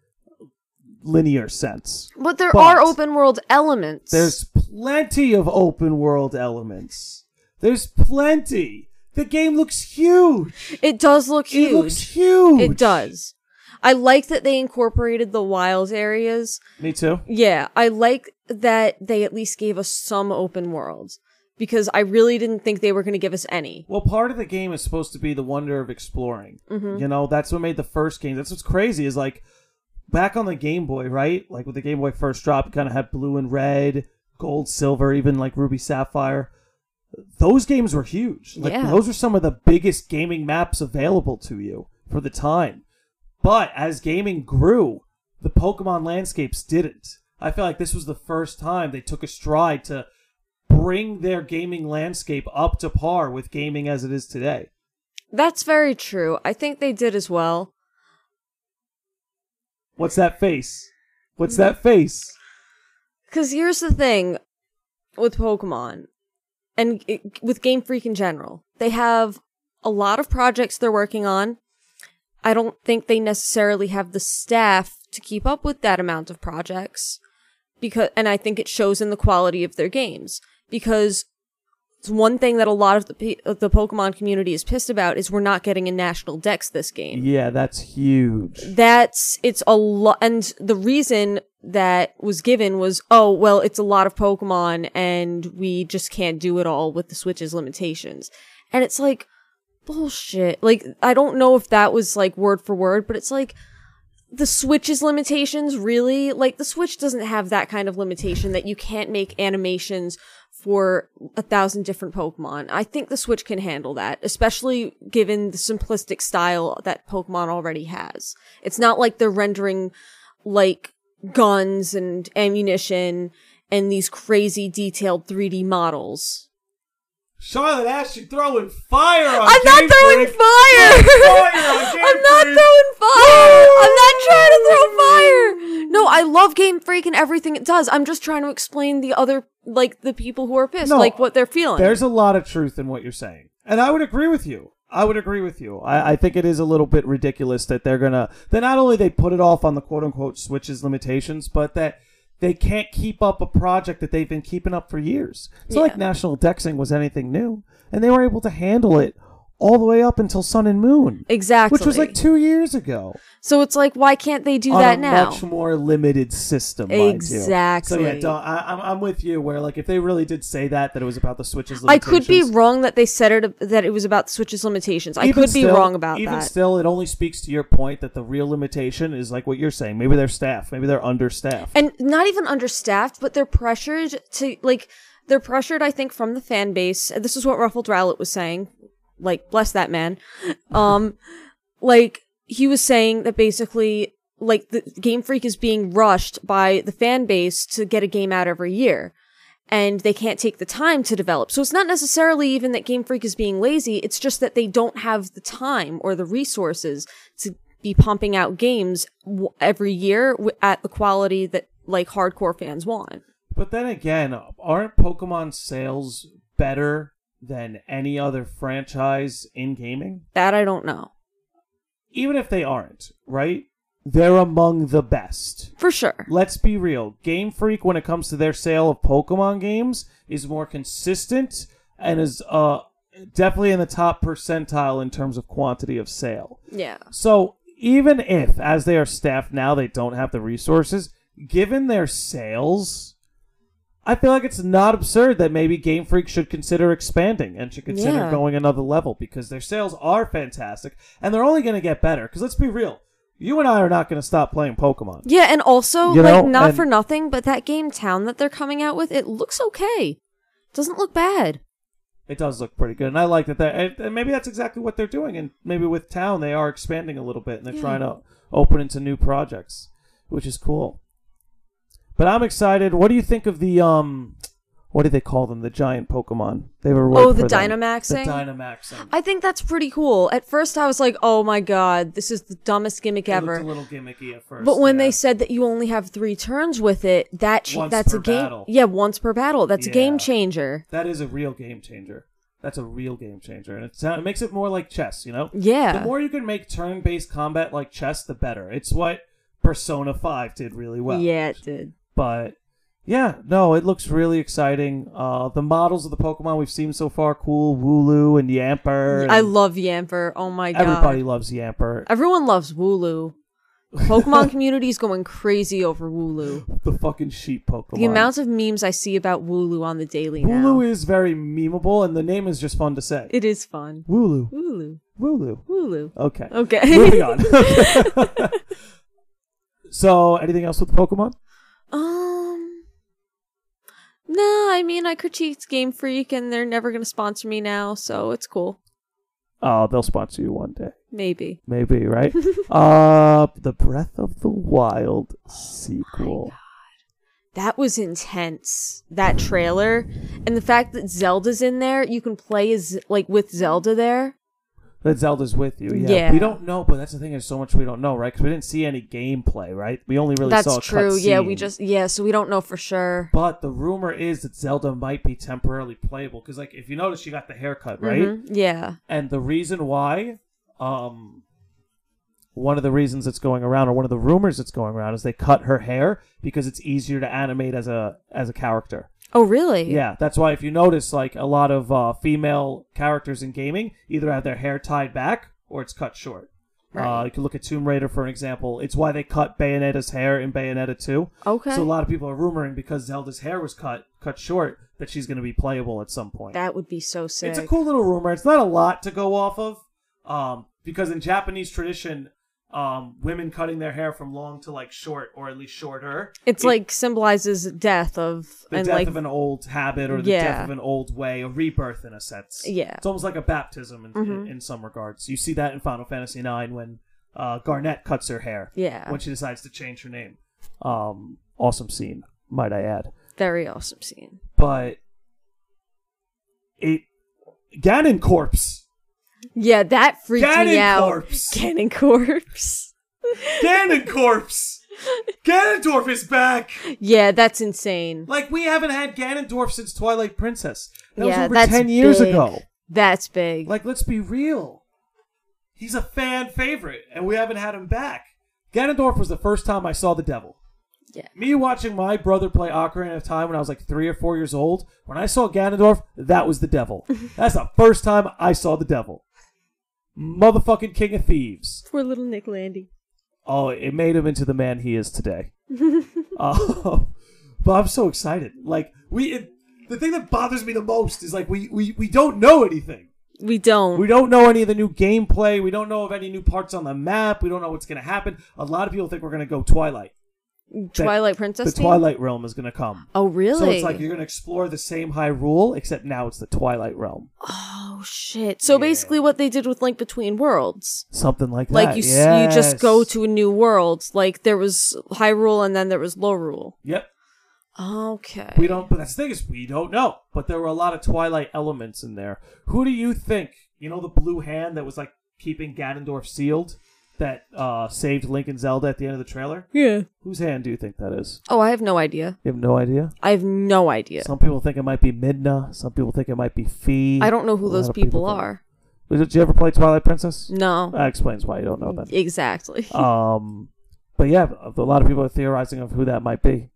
S1: linear sense.
S2: But there
S1: but-
S2: are open world elements.
S1: There's plenty of open world elements. There's plenty. The game looks huge.
S2: it does look huge.
S1: It looks huge.
S2: It does. I like that they incorporated the wild areas.
S1: Me too.
S2: Yeah, I like that they at least gave us some open world because I really didn't think they were going to give us any.
S1: Well, part of the game is supposed to be the wonder of exploring.
S2: Mm-hmm.
S1: You know, that's what made the first game. That's what's crazy is like back on the Game Boy, right? Like when the Game Boy first dropped, kind of had blue and red, gold, silver, even like ruby sapphire. Those games were huge. Like
S2: Yeah.
S1: those were some of the biggest gaming maps available to you for the time. But as gaming grew, the Pokemon landscapes didn't. I feel like this was the first time they took a stride to bring their gaming landscape up to par with gaming as it is today.
S2: That's very true. I think they did as well.
S1: What's that face? What's that face?
S2: Because here's the thing with Pokemon and i- with Game Freak in general, they have a lot of projects they're working on. I don't think they necessarily have the staff to keep up with that amount of projects because and I think it shows in the quality of their games because it's one thing that a lot of the pe- of the Pokemon community is pissed about is we're not getting a national dex this game
S1: Yeah, that's huge.
S2: that's it's a lot and the reason that was given was oh well it's a lot of pokemon and we just can't do it all with the switch's limitations and it's like bullshit like i don't know if that was like word for word but it's like the switch's limitations really like the switch doesn't have that kind of limitation that you can't make animations for a thousand different pokemon i think the switch can handle that especially given the simplistic style that pokemon already has it's not like they're rendering like guns and ammunition and these crazy detailed 3d models
S1: Charlotte Ashley throwing fire on
S2: I'm not
S1: Game
S2: throwing
S1: Freak.
S2: fire.
S1: Throwing fire on Game
S2: I'm not
S1: Freak.
S2: throwing fire. I'm not trying to throw fire. No, I love Game Freak and everything it does. I'm just trying to explain the other, like the people who are pissed,
S1: No,
S2: like what they're feeling.
S1: There's a lot of truth in what you're saying. And I would agree with you. I would agree with you. I, I think it is a little bit ridiculous that they're gonna that not only they put it off on the quote unquote switches limitations, but that they can't keep up a project that they've been keeping up for years. It's not
S2: Yeah.
S1: like national dexing was anything new, and they were able to handle it all the way up until Sun and Moon,
S2: exactly.
S1: which was like two years ago.
S2: so it's like, why can't they do
S1: on
S2: that
S1: a
S2: now?
S1: much more limited system. mind you. So yeah,
S2: Exactly.
S1: don't, I, I'm I'm with you. Where like if they really did say that that it was about the switches,
S2: I could be
S1: limitations,
S2: wrong that they said it that it was about Switch's limitations. I
S1: even
S2: could be
S1: still-
S2: wrong about
S1: even
S2: that.
S1: still, it only speaks to your point that the real limitation is like what you're saying. Maybe they're staff. Maybe they're understaffed.
S2: and not even understaffed, but they're pressured to like they're pressured. I think from the fan base. This is what Ruffled Rowlett was saying. Like, bless that man. Um, like he was saying that basically, like the Game Freak is being rushed by the fan base to get a game out every year. And they can't take the time to develop. So it's not necessarily even that Game Freak is being lazy. It's just that they don't have the time or the resources to be pumping out games w- every year w- at the quality that like hardcore fans want.
S1: but then again, aren't Pokemon sales better than any other franchise in gaming?
S2: That I don't know.
S1: even if they aren't, right? They're among the best.
S2: For sure.
S1: Let's be real. Game Freak, when it comes to their sale of Pokemon games, is more consistent and is uh, definitely in the top percentile in terms of quantity of sale.
S2: Yeah.
S1: So even if, as they are staffed now, they don't have the resources, given their sales, I feel like it's not absurd that maybe Game Freak should consider expanding and should consider
S2: Yeah.
S1: going another level because their sales are fantastic and they're only going to get better. Because let's be real, you and I are not going to stop playing Pokemon.
S2: Yeah, and also,
S1: You
S2: like,
S1: know,
S2: not
S1: and-
S2: for nothing, but that game Town that they're coming out with, it looks okay. Doesn't look bad.
S1: It does look pretty good, and I like that. That and- and maybe that's exactly what they're doing. And maybe with Town, they are expanding a little bit and they're
S2: Yeah.
S1: trying to open into new projects, which is cool. But I'm excited. What do you think of the um? What do they call them? The giant Pokemon. They have a word
S2: Oh, the
S1: for them.
S2: Dynamaxing?
S1: The Dynamaxing.
S2: I think that's pretty cool. At first, I was like, oh my god, this is the dumbest gimmick
S1: It looked
S2: ever.
S1: a little gimmicky at first.
S2: But when
S1: yeah.
S2: they said that you only have three turns with it, that ch-
S1: Once
S2: that's
S1: per
S2: a game.
S1: battle.
S2: Yeah, once per battle. That's a game
S1: Yeah.
S2: changer.
S1: that is a real game changer. That's a real game changer, and it's, it makes it more like chess. You know,
S2: Yeah.
S1: The more you can make turn-based combat like chess, the better. It's what Persona Five did really well.
S2: yeah, it did.
S1: but yeah, no, it looks really exciting. Uh, the models of the Pokemon we've seen so far, cool Wooloo and Yamper. and
S2: I love Yamper. Oh my god.
S1: everybody loves Yamper.
S2: Everyone loves Wooloo. Pokemon community is going crazy over Wooloo.
S1: The fucking sheep Pokemon.
S2: The amount of memes I see about Wooloo on the daily now.
S1: Wooloo is very memeable, and the name is just fun to say.
S2: it is fun.
S1: Wooloo,
S2: Wooloo.
S1: Wooloo.
S2: Wooloo.
S1: Okay.
S2: Okay.
S1: Moving on. so, anything else with Pokemon?
S2: Um. No, I mean I critiqued Game Freak and they're never gonna sponsor me now, so it's cool.
S1: Oh, they'll sponsor you one day.
S2: Maybe.
S1: Maybe, right? uh, the Breath of the
S2: Oh
S1: Wild sequel.
S2: That was intense. That trailer and the fact that Zelda's in there, you can play as like with Zelda there.
S1: That Zelda's with you. Yeah.
S2: Yeah.
S1: We don't know, but that's the thing. There's so much we don't know, right? Because we didn't see any gameplay, right? We only really
S2: That's
S1: saw a
S2: true. Yeah, we
S1: cutscene.
S2: just yeah, so we don't know for sure.
S1: But the rumor is that Zelda might be temporarily playable because, like, if you notice, she got the haircut, right?
S2: Mhm. Yeah.
S1: And the reason why, um, one of the reasons it's going around, or one of the rumors that's going around, is they cut her hair because it's easier to animate as a as a character.
S2: Oh really?
S1: Yeah, that's why if you notice, like a lot of uh, female characters in gaming either have their hair tied back or it's cut short. Uh,
S2: Right.
S1: you can look at Tomb Raider for an example. It's why they cut Bayonetta's hair in Bayonetta 2.
S2: Okay.
S1: So a lot of people are rumoring because Zelda's hair was cut cut short that she's going to be playable at some point.
S2: that would be so sick.
S1: It's a cool little rumor. It's not a lot to go off of, um, because in Japanese tradition, um, women cutting their hair from long to like short, or at least shorter.
S2: It's
S1: it-
S2: like symbolizes death of
S1: the
S2: and
S1: death
S2: like
S1: of an old habit, or the
S2: Yeah.
S1: death of an old way, a rebirth in a sense.
S2: Yeah. Mm-hmm.
S1: it's almost like a baptism in, in, in some regards. You see that in Final Fantasy IX when uh, Garnet cuts her hair
S2: yeah.
S1: when she decides to change her name. Um, awesome scene, might I add.
S2: Very awesome scene.
S1: But it Ganon corpse.
S2: Yeah, that freaked me
S1: Ganon
S2: out.
S1: corpse.
S2: Cannon corpse.
S1: Ganon Corpse! Ganondorf is back!
S2: Yeah, that's insane.
S1: Like, we haven't had Ganondorf since Twilight Princess. That
S2: yeah,
S1: was over
S2: that's
S1: 10 years
S2: big.
S1: ago.
S2: That's big.
S1: Like, let's be real. He's a fan favorite, and we haven't had him back. Ganondorf was the first time I saw the devil.
S2: Yeah.
S1: Me watching my brother play Ocarina of Time when I was like three or four years old, when I saw Ganondorf, that was the devil. That's the first time I saw the devil. Motherfucking King of Thieves.
S2: Poor little Nick Landy.
S1: Oh, it made him into the man he is today. uh, but I'm so excited. Like we, it, the thing that bothers me the most is like we we we don't know anything.
S2: We don't.
S1: We don't know any of the new gameplay. We don't know of any new parts on the map. We don't know what's gonna happen. A lot of people think we're gonna go Twilight. That
S2: Twilight Princess.
S1: The
S2: theme?
S1: Twilight Realm is gonna come.
S2: Oh really?
S1: So it's like you're gonna explore the same high rule, except now it's the Twilight Realm,
S2: oh shit. So basically, what they did with Link Between Worlds,
S1: something like that.
S2: like you s you just go
S1: Yes.
S2: to a new world. Like there was High Rule and then there was Low Rule.
S1: Yep.
S2: Okay.
S1: We don't. But that's the thing is, we don't know. But there were a lot of Twilight elements in there. Who do you think? You know, the blue hand that was like keeping Ganondorf sealed, that uh, saved Link and Zelda at the end of the trailer.
S2: Yeah.
S1: Whose hand do you think that is?
S2: Oh, I have no idea.
S1: You have no idea.
S2: I have no idea.
S1: Some people think it might be Midna. Some people think it might be Fee.
S2: I don't know who
S1: A
S2: those
S1: lot of
S2: people
S1: think-
S2: are.
S1: Did you ever play Twilight Princess?
S2: No.
S1: That explains why you don't know that.
S2: Exactly.
S1: Um, but yeah, a lot of people are theorizing of who that might be.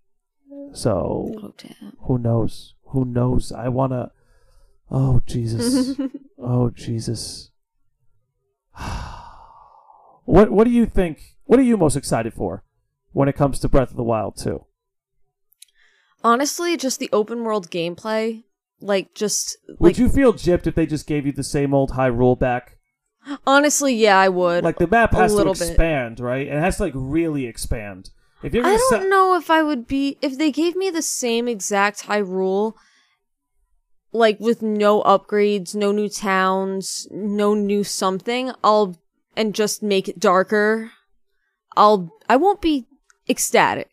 S1: So
S2: Oh, damn.
S1: who knows? Who knows? I wanna. Oh Jesus! oh Jesus! what What do you think? What are you most excited for when it comes to Breath of the Wild Two?
S2: Honestly, just the open world gameplay. Like, just.
S1: Would
S2: Like,
S1: you feel gypped if they just gave you the same old high rule back?
S2: honestly, yeah, I would.
S1: Like the map
S2: a
S1: has to
S2: little bit.
S1: expand, right? It has to like really expand. If you're
S2: I
S1: gonna
S2: don't
S1: set-
S2: know if I would be if they gave me the same exact high rule like with no upgrades, no new towns, no new something, I'll and just make it darker. I'll I won't be ecstatic.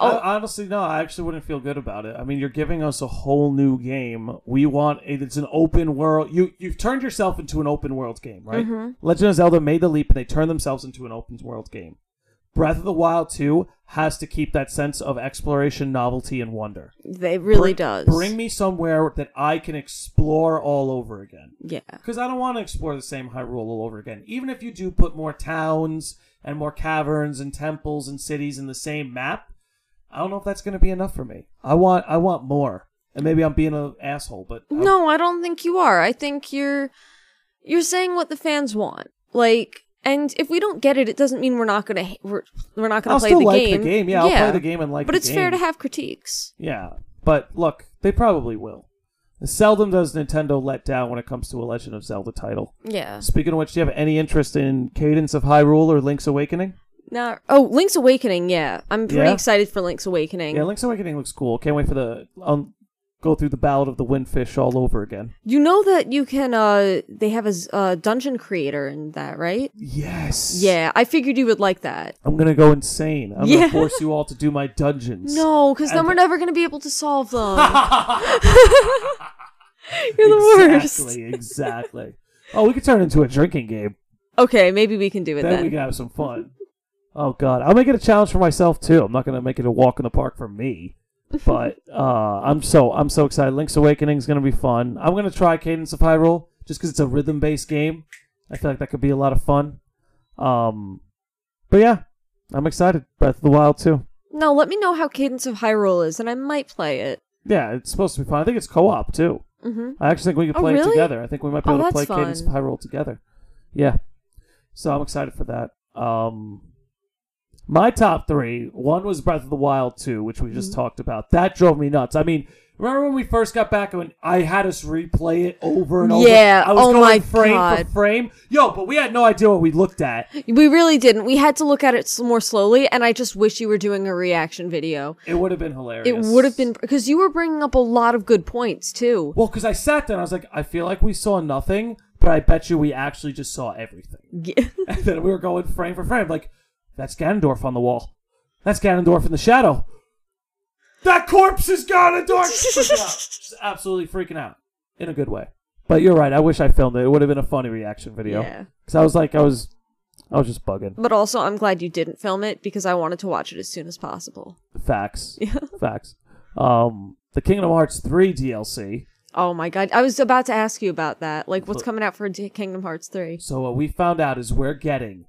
S2: Oh.
S1: I, honestly, no. I actually wouldn't feel good about it. I mean, you're giving us a whole new game. We want it's an open world. You you've turned yourself into an open world game, right?
S2: Mm-hmm.
S1: Legend of Zelda made the leap, and they turned themselves into an open world game. Breath of the Wild 2 has to keep that sense of exploration, novelty, and wonder.
S2: They really
S1: Bring-
S2: does.
S1: Bring me somewhere that I can explore all over again.
S2: Yeah.
S1: Because I don't want to explore the same Hyrule all over again. Even if you do put more towns and more caverns and temples and cities in the same map, I don't know if that's going to be enough for me. I want I want more. And maybe I'm being an asshole, but I-
S2: No, I don't think you are. I think you're you're saying what the fans want. Like and if we don't get it, it doesn't mean we're not gonna ha- we're, we're not gonna
S1: I'll
S2: play
S1: still
S2: the
S1: like
S2: game.
S1: the game. Yeah, I'll play the game and like.
S2: but
S1: the
S2: it's fair to
S1: game.
S2: have critiques.
S1: Yeah, but look, they probably will. Seldom does Nintendo let down when it comes to a Legend of Zelda title.
S2: Yeah.
S1: Speaking of which, do you have any interest in Cadence of Hyrule or Link's Awakening?
S2: Now, oh, Link's Awakening. Yeah, I'm pretty
S1: Yeah?
S2: excited for Link's Awakening.
S1: Yeah, Link's Awakening looks cool. Can't wait for the um, go through the Ballad of the Windfish all over again.
S2: you know that you can. uh They have a s- uh, dungeon creator in that, right?
S1: Yes.
S2: Yeah, I figured you would like that.
S1: I'm gonna go insane. I'm
S2: Yeah.
S1: gonna force you all to do my dungeons.
S2: No, because then
S1: And-
S2: we're never gonna be able to solve them. You're the worst.
S1: Exactly. Exactly. oh, we could turn it into a drinking game.
S2: Okay, maybe we can do it
S1: then, we
S2: then.
S1: can have some fun. Oh God, I'll make it a challenge for myself too. I'm not gonna make it a walk in the park for me, but uh, I'm so I'm so excited. Link's Awakening is gonna be fun. I'm gonna try Cadence of Hyrule just because it's a rhythm based game. I feel like that could be a lot of fun. Um, but yeah, I'm excited. Breath of the Wild too.
S2: No, let me know how Cadence of Hyrule is, and I might play it.
S1: Yeah, it's supposed to be fun. I think it's co-op too.
S2: hmm
S1: I actually think we could
S2: Oh,
S1: play it
S2: really?
S1: together. I think we might be
S2: Oh,
S1: able to
S2: that's
S1: play Cadence of
S2: fun.
S1: Hyrule together. Yeah. So I'm excited for that. Um, my top three one was Breath of the Wild 2, which we just
S2: Mm-hmm.
S1: talked about. That drove me nuts. I mean, remember when we first got back and I had us replay it over and over?
S2: Yeah,
S1: I was
S2: oh
S1: going
S2: my
S1: frame
S2: God.
S1: for frame. Yo, but we had no idea what we looked at.
S2: We really didn't. We had to look at it s- more slowly, and I just wish you were doing a reaction video.
S1: It would have been hilarious.
S2: It would have been because you were bringing up a lot of good points too.
S1: Well, because I sat there and I was like, I feel like we saw nothing, but I bet you we actually just saw everything.
S2: Yeah.
S1: And then we were going frame for frame, like, that's Ganondorf on the wall. That's Ganondorf in the shadow. That corpse is Ganondorf! Freaking out. Just absolutely freaking out. In a good way. But you're right, I wish I filmed it. It would have been a funny reaction video.
S2: Yeah.
S1: Because I was like, I was I was just bugging.
S2: But also, I'm glad you didn't film it because I wanted to watch it as soon as possible.
S1: Facts.
S2: Yeah.
S1: Facts. Um the Kingdom Hearts 3 DLC.
S2: Oh my god, I was about to ask you about that. Like, what's coming out for D- Kingdom Hearts 3?
S1: So what we found out is we're getting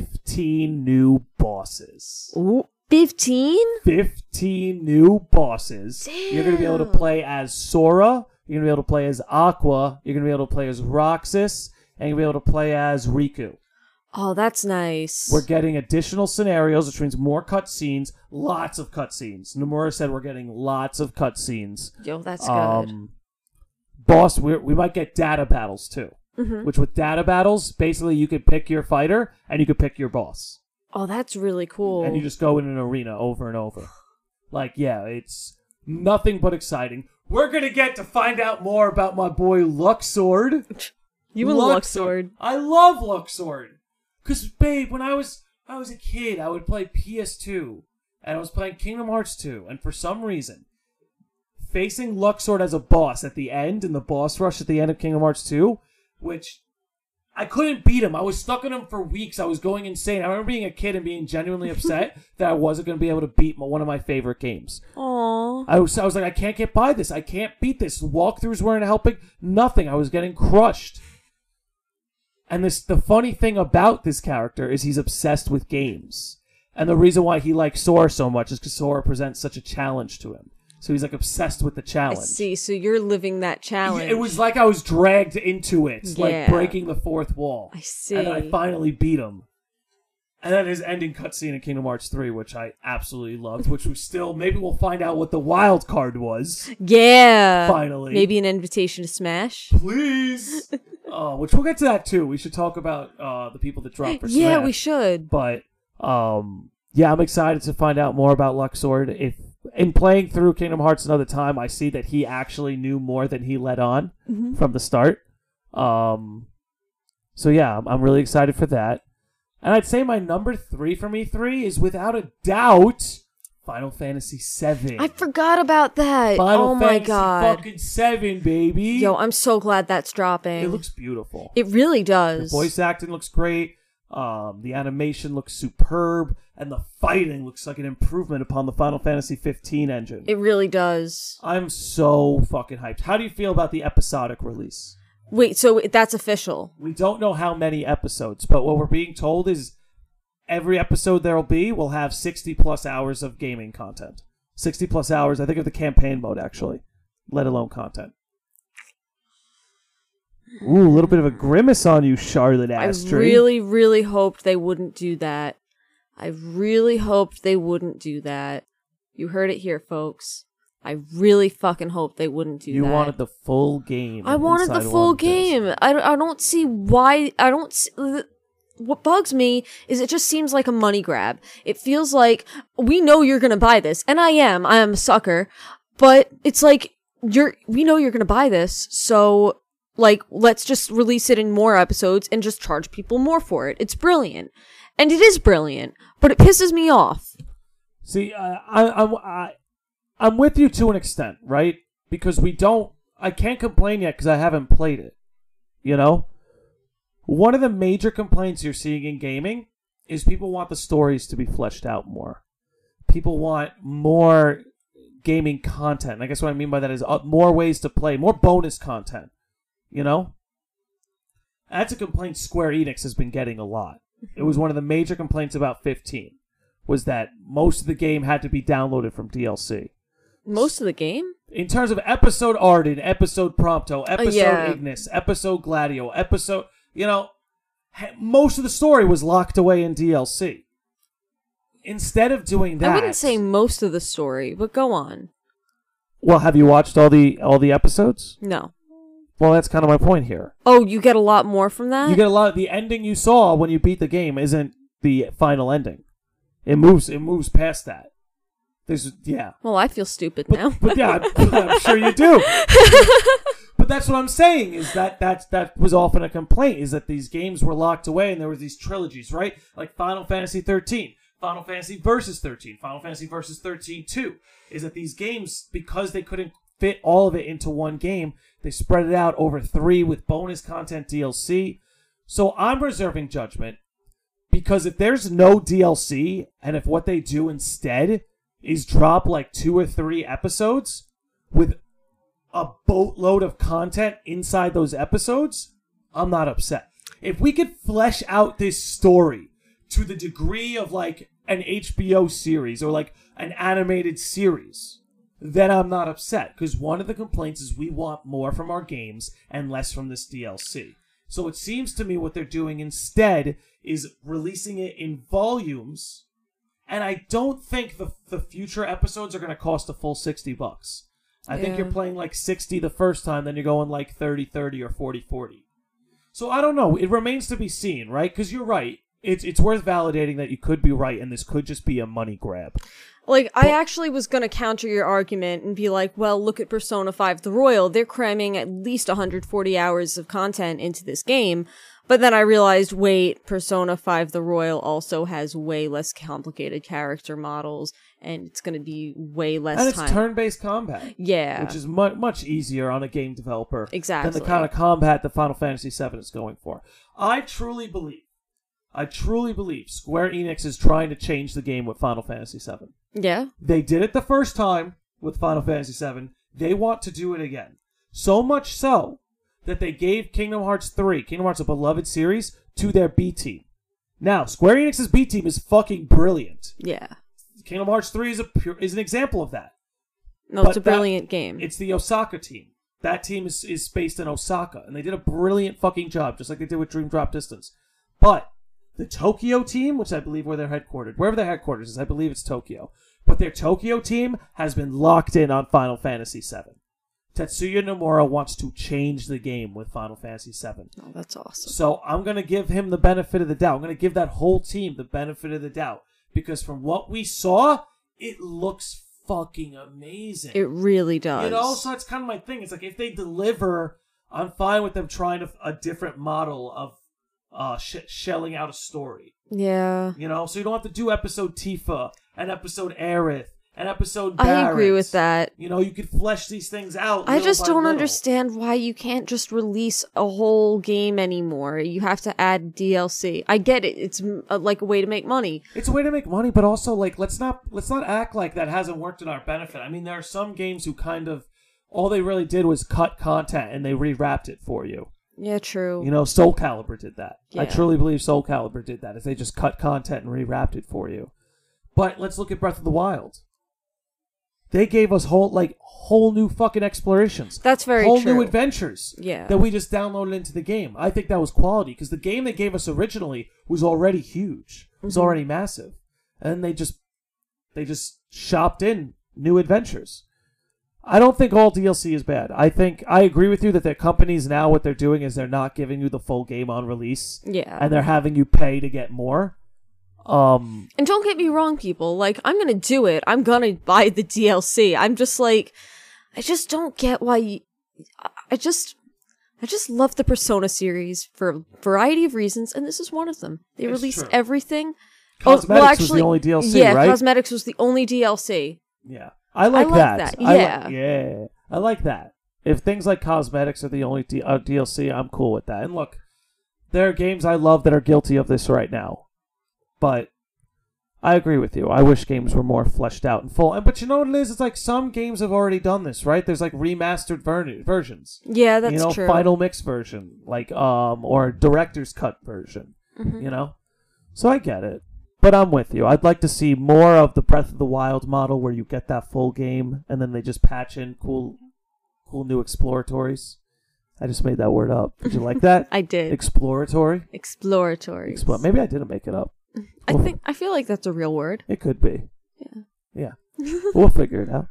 S1: 15 new bosses.
S2: Ooh, 15?
S1: 15 new bosses. You're going to be able to
S2: Damn.
S1: play as Sora. You're going to be able to play as Aqua. You're going to be able to play as Roxas. And you'll be able to play as Riku.
S2: Oh, that's nice.
S1: We're getting additional scenarios, which means more cutscenes, lots of cutscenes. Nomura said we're getting lots of cutscenes.
S2: Yo, that's
S1: Um, boss, we we might get data battles too.
S2: good. hmm
S1: Which with data battles, basically you could pick your fighter and you could pick your boss.
S2: Oh, that's really cool.
S1: and you just go in an arena over and over. Like, yeah, it's nothing but exciting. We're gonna get to find out more about my boy Luxord.
S2: you and Luxord.
S1: I love Luxord. Cause babe, when I was I was a kid, I would play PS2 and I was playing Kingdom Hearts 2, and for some reason, facing Luxord as a boss at the end in the boss rush at the end of Kingdom Hearts 2, which I couldn't beat him. I was stuck on him for weeks. I was going insane. I remember being a kid and being genuinely upset that I wasn't going to be able to beat my, one of my favorite games.
S2: Aww.
S1: I was, I was like, I can't get by this. I can't beat this. Walkthroughs weren't helping. Nothing. I was getting crushed. And this, the funny thing about this character is he's obsessed with games. And the reason why he likes Sora so much is because Sora presents such a challenge to him. So he's like obsessed with the
S2: I
S1: challenge.
S2: see. So you're living that challenge.
S1: It was like I was dragged into it, like
S2: Yeah.
S1: breaking the fourth wall.
S2: I see.
S1: And then I finally beat him. And then his ending cutscene in Kingdom Hearts 3, which I absolutely loved, which we still maybe we'll find out what the wild card was.
S2: yeah.
S1: Finally.
S2: Maybe an invitation to Smash.
S1: Please. uh, which we'll get to that too. We should talk about uh, the people that dropped for
S2: Yeah,
S1: Smash.
S2: we should.
S1: But um, yeah, I'm excited to find out more about Luxord. If in playing through Kingdom Hearts another time, I see that he actually knew more than he let on
S2: Mm-hmm.
S1: from the start. Um, so yeah, I'm, I'm really excited for that. And I'd say my number three from E3 is without a doubt Final Fantasy VII.
S2: I forgot about that.
S1: Final
S2: oh
S1: Fantasy
S2: my god.
S1: fucking seven, baby!
S2: Yo, I'm so glad that's dropping.
S1: it looks beautiful.
S2: It really
S1: The
S2: does.
S1: voice acting looks great. Um, the animation looks superb, and the fighting looks like an improvement upon the Final Fantasy 15 engine.
S2: It really does.
S1: I'm so fucking hyped. How do you feel about the episodic release?
S2: Wait, so that's official.
S1: We don't know how many episodes, but what we're being told is every episode there will be will have 60 plus hours of gaming content. 60 plus hours, I think, of the campaign mode, actually, let alone content. Ooh, a little bit of a grimace on you, Charlotte Astrid.
S2: I really, really hoped they wouldn't do that. I really hoped they wouldn't do that. You heard it here, folks. I really fucking hope they wouldn't do
S1: you
S2: that.
S1: wanted the full game.
S2: I wanted the
S1: inside
S2: full
S1: one disc.
S2: game. I, I don't see why. I don't. See, what bugs me is it just seems like a money grab. It feels like we know you're gonna buy this, and I am. I am a sucker, but it's like you're. We know you're gonna buy this, so like let's just release it in more episodes and just charge people more for it. It's brilliant, and it is brilliant, but it pisses me off.
S1: See, I, I, I'm, I, I'm with you to an extent, right? Because we don't. I can't complain yet because I haven't played it. You know, one of the major complaints you're seeing in gaming is people want the stories to be fleshed out more. People want more gaming content. And I guess what I mean by that is uh, more ways to play, more bonus content. You know, that's a complaint Square Enix has been getting a lot. It was one of the major complaints about 15 was that most of the game had to be downloaded from DLC.
S2: Most of the game,
S1: In terms of episode Arden, episode Prompto, episode
S2: Oh, yeah.
S1: Ignis, episode Gladio, episode, you know, ha- most of the story was locked away in DLC. Instead of doing that,
S2: I wouldn't say most of the story, but go on.
S1: Well, have you watched all the all the episodes?
S2: No.
S1: Well, that's kind of my point here.
S2: Oh, you get a lot more from that?
S1: You get a lot of the ending you saw when you beat the game isn't the final ending. It moves it moves past that. There's yeah.
S2: well, I feel stupid
S1: But,
S2: now.
S1: but yeah, I'm, I'm sure you do. but that's what I'm saying is that that that was often a complaint is that these games were locked away and there was these trilogies, right? Like Final Fantasy 13, Final Fantasy Versus 13, Final Fantasy Versus 13 2. Is that these games because they couldn't fit all of it into one game, they spread it out over 3 with bonus content DLC. So I'm reserving judgment because if there's no DLC and if what they do instead is drop like two or three episodes with a boatload of content inside those episodes, I'm not upset. If we could flesh out this story to the degree of like an HBO series or like an animated series, then I'm not upset because one of the complaints is we want more from our games and less from this DLC. So it seems to me what they're doing instead is releasing it in volumes, and I don't think the the future episodes are going to cost a full 60 bucks. I think
S2: Yeah.
S1: you're playing like 60 the first time, then you're going like 30 30 or 40 40. So I don't know. It remains to be seen, right? Because you're right. It's, it's worth validating that you could be right and this could just be a money grab.
S2: Like, I actually was gonna counter your argument and be like, well, look at Persona 5 The Royal. They're cramming at least 140 hours of content into this game. But then I realized, wait, Persona 5 The Royal also has way less complicated character models, and it's gonna be way less
S1: and it's
S2: time.
S1: turn-based combat,
S2: yeah.
S1: which is much much easier on a game developer than
S2: Exactly.
S1: the kind of combat that Final Fantasy VII is going for. I truly believe, I truly believe Square Enix is trying to change the game with Final Fantasy VII.
S2: yeah.
S1: They did it the first time with Final Fantasy VII. They want to do it again. So much so that they gave Kingdom Hearts 3, Kingdom Hearts a beloved series, to their B team. Now, Square Enix's B team is fucking brilliant.
S2: Yeah.
S1: Kingdom Hearts 3 is a pure, is an example of that.
S2: No,
S1: But
S2: it's a
S1: that-
S2: brilliant game.
S1: It's the Osaka team. That team is, is based in Osaka, and they did a brilliant fucking job, just like they did with Dream Drop Distance. But the Tokyo team, which I believe where they're headquartered, wherever their headquarters is, I believe it's Tokyo. But their Tokyo team has been locked in on Final Fantasy VII. Tetsuya Nomura wants to change the game with Final Fantasy VII.
S2: oh, that's awesome.
S1: So I'm going to give him the benefit of the doubt. I'm going to give that whole team the benefit of the doubt because from what we saw, it looks fucking amazing.
S2: It really does.
S1: You know, so it's kind of my thing. It's like if they deliver, I'm fine with them trying to, a different model of uh, sh- shelling out a story.
S2: yeah.
S1: You know, so you don't have to do episode Tifa and episode Aerith and episode.
S2: I agree
S1: Barrett.
S2: with that.
S1: You know, you could flesh these things out.
S2: I
S1: little
S2: just
S1: by
S2: don't
S1: little.
S2: understand why you can't just release a whole game anymore. You have to add DLC. I get it. It's mm, uh, like a way to make money.
S1: It's a way to make money, but also like let's not let's not act like that hasn't worked in our benefit. I mean, there are some games who kind of all they really did was cut content and they rewrapped it for you.
S2: Yeah, true.
S1: You know, Soul Calibur did that. I
S2: Yeah.
S1: truly believe Soul Calibur did that, is they just cut content and rewrapped it for you. But let's look at Breath of the Wild. They gave us whole like whole new fucking explorations.
S2: That's very
S1: whole new
S2: true.
S1: adventures.
S2: Yeah.
S1: That we just downloaded into the game. I think that was quality because the game they gave us originally was already huge. It was
S2: Mhm.
S1: already massive, and they just they just shopped in new adventures. I don't think all DLC is bad. I think I agree with you that their companies now what they're doing is they're not giving you the full game on release
S2: yeah.
S1: and they're having you pay to get more. Um
S2: And don't get me wrong, people. Like, I'm gonna do it. I'm gonna buy the DLC. I'm just like, I just don't get why. You, I- I just, I just love the Persona series for a variety of reasons, and this is one of them. They
S1: It's
S2: released
S1: true.
S2: everything.
S1: Cosmetics was the only DLC,
S2: Oh, yeah,
S1: right?
S2: cosmetics was the only DLC.
S1: yeah. I like,
S2: like that.
S1: I li-
S2: Yeah.
S1: yeah. I like that. If things like cosmetics are the only D- uh, DLC, I'm cool with that. And look, there are games I love that are guilty of this right now. But I agree with you. I wish games were more fleshed out and full. And but you know what it is? It's like some games have already done this, right? There's like remastered ver- versions.
S2: Yeah, that's
S1: you know,
S2: true.
S1: final mix version, like um, or director's cut version.
S2: Mm-hmm.
S1: You know, so I get it, but I'm with you. I'd like to see more of the Breath of the Wild model, where you get that full game, and then they just patch in cool, cool new exploratories. I just made that word up. Did you like that?
S2: I did
S1: Exploratory.
S2: exploratory.
S1: Explo- Maybe I didn't make it up.
S2: I think I feel like that's a real word.
S1: It could be. Yeah. Yeah. we'll figure it out.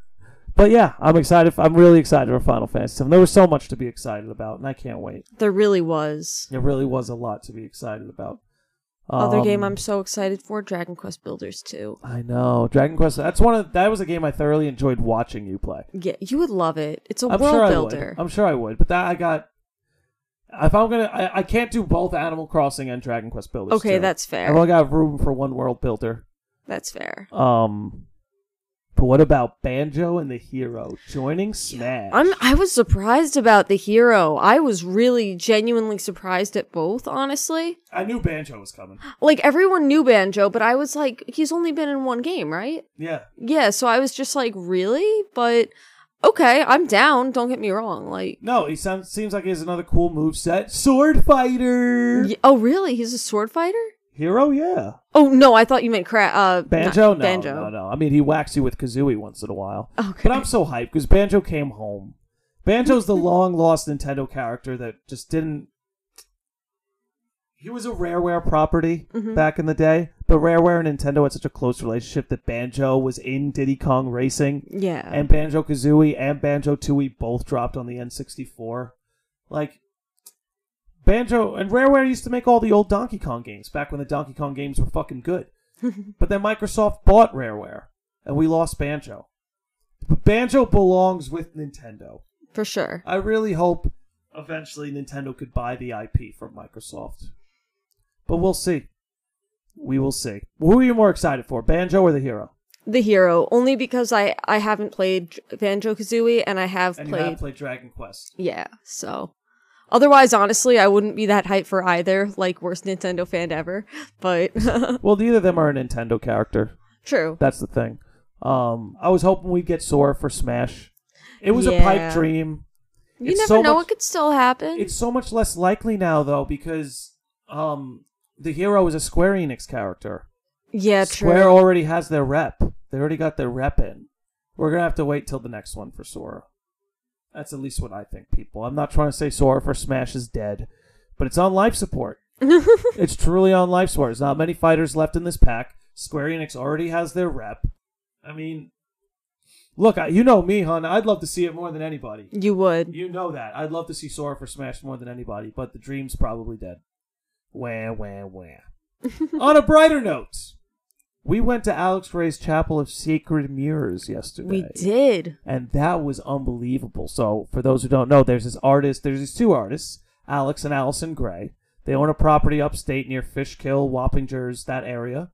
S1: But yeah, I'm excited. I'm really excited for Final Fantasy VII. There was so much to be excited about, and I can't wait.
S2: There really was.
S1: It really was a lot to be excited about.
S2: Other
S1: Um,
S2: game I'm so excited for: Dragon Quest Builders 2.
S1: I know Dragon Quest. That's one of that was a game I thoroughly enjoyed watching you play.
S2: Yeah, you would love it. It's a
S1: I'm
S2: world
S1: sure I
S2: builder.
S1: would. I'm sure I would. But that I got. If I'm gonna, I, I can't do both Animal Crossing and Dragon Quest Builders.
S2: Okay,
S1: too.
S2: that's fair.
S1: I've only got room for one world builder.
S2: That's fair.
S1: Um, but what about Banjo and the Hero joining Smash?
S2: I'm I was surprised about the hero. I was really genuinely surprised at both, honestly.
S1: I knew Banjo was coming.
S2: Like everyone knew Banjo, but I was like he's only been in one game, right?
S1: Yeah,
S2: Yeah, so I was just like, really? But okay, I'm down, don't get me wrong. Like
S1: no, he sounds seems like he has another cool move set. Sword fighter
S2: y- oh really? He's a sword fighter?
S1: hero, yeah.
S2: Oh no, I thought you meant cra- uh
S1: Banjo?
S2: not-
S1: No,
S2: Banjo.
S1: no,
S2: Oh,
S1: no. I mean, he whacks you with Kazooie once in a while.
S2: Okay.
S1: But I'm so hyped because Banjo came home. Banjo's the long lost Nintendo character that just didn't. He was a Rareware property
S2: Mm-hmm.
S1: back in the day, but Rareware and Nintendo had such a close relationship that Banjo was in Diddy Kong Racing,
S2: Yeah.
S1: and Banjo Kazooie and Banjo Tooie both dropped on the N64. Like, Banjo and Rareware used to make all the old Donkey Kong games back when the Donkey Kong games were fucking good. But then Microsoft bought Rareware and we lost Banjo. But Banjo belongs with Nintendo.
S2: for sure.
S1: I really hope eventually Nintendo could buy the IP from Microsoft. But we'll see. We will see. Who are you more excited for, Banjo or the Hero?
S2: The hero, only because I I haven't played Banjo Kazooie and I have
S1: And you
S2: played.
S1: have played Dragon Quest.
S2: yeah, so. Otherwise, honestly, I wouldn't be that hype for either. Like worst Nintendo fan ever, but
S1: Well, neither of them are a Nintendo character.
S2: true.
S1: That's the thing. Um, I was hoping we'd get Sora for Smash. It was a
S2: Yeah.
S1: pipe dream.
S2: You
S1: It's
S2: never
S1: so
S2: know;
S1: much-
S2: it could still happen.
S1: It's so much less likely now, though, because um, the hero is a Square Enix character.
S2: yeah, true.
S1: Square already has their rep. They already got their rep in. We're gonna have to wait till the next one for Sora. That's at least what I think, people. I'm not trying to say Sora for Smash is dead, but it's on life support. it's truly on life support. There's not many fighters left in this pack. Square Enix already has their rep. I mean, look, I, you know me, hon. I'd love to see it more than anybody.
S2: you would.
S1: You know that. I'd love to see Sora for Smash more than anybody, but the dream's probably dead. Wah, wah, wah. On a brighter note, we went to Alex Ray's Chapel of Sacred Mirrors yesterday.
S2: We did.
S1: And that was unbelievable. So, for those who don't know, there's this artist, there's these two artists, Alex and Allison Gray. They own a property upstate near Fishkill, Wappingers, that area.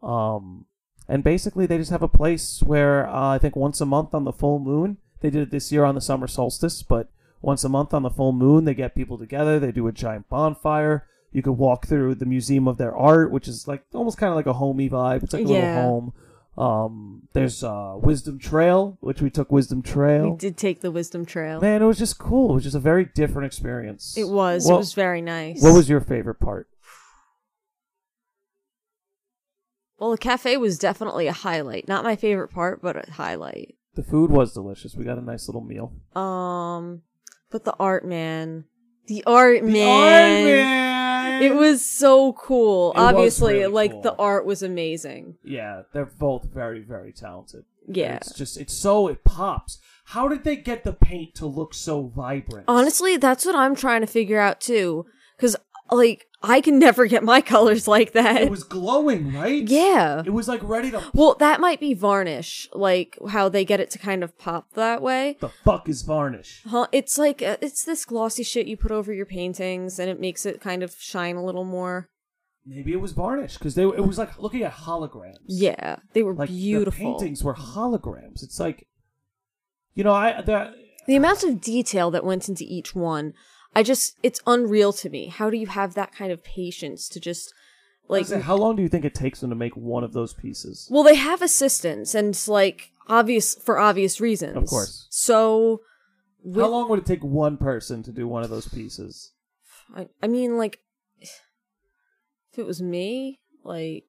S1: Um, and basically, they just have a place where uh, I think once a month on the full moon, they did it this year on the summer solstice, but once a month on the full moon, they get people together. They do a giant bonfire. You could walk through the museum of their art, which is like almost kind of like a homey vibe. It's like a
S2: Yeah.
S1: little home. Um, there's uh, Wisdom Trail, which we took Wisdom Trail.
S2: We did take the wisdom trail.
S1: Man, it was just cool. It was just a very different experience.
S2: It was.
S1: What-
S2: it was very nice.
S1: What was your favorite part?
S2: Well, the cafe was definitely a highlight. Not my favorite part, but a highlight.
S1: The food was delicious. We got a nice little meal.
S2: Um, but the art man, the art man,
S1: The Iron Man!
S2: it was so cool.
S1: It was
S2: Obviously,
S1: really
S2: like
S1: cool.
S2: the art was amazing.
S1: Yeah, they're both very, very talented. And
S2: Yeah.
S1: It's just, it's so, it pops. How did they get the paint to look so vibrant?
S2: Honestly, that's what I'm trying to figure out too, because like I can never get my colors like
S1: It
S2: that.
S1: was glowing, right?
S2: yeah.
S1: It was like ready to.
S2: Well, that might be varnish, like how they get it to kind of pop that way.
S1: The fuck is varnish?
S2: Huh? It's like uh, it's this glossy shit you put over your paintings, and it makes it kind of shine a little more.
S1: Maybe it was varnish because they. It was like looking at holograms.
S2: Yeah, they were
S1: Like
S2: beautiful.
S1: The paintings were holograms. It's like, you know, I that
S2: The amount of detail that went into each one, I just it's unreal to me. How do you have that kind of patience to just
S1: like.
S2: like
S1: How long do you think it takes them to make one of those pieces?
S2: Well, they have assistants and it's, like obvious for obvious reasons.
S1: Of course.
S2: So with-
S1: How long would it take one person to do one of those pieces?
S2: I, I mean like if it was me, like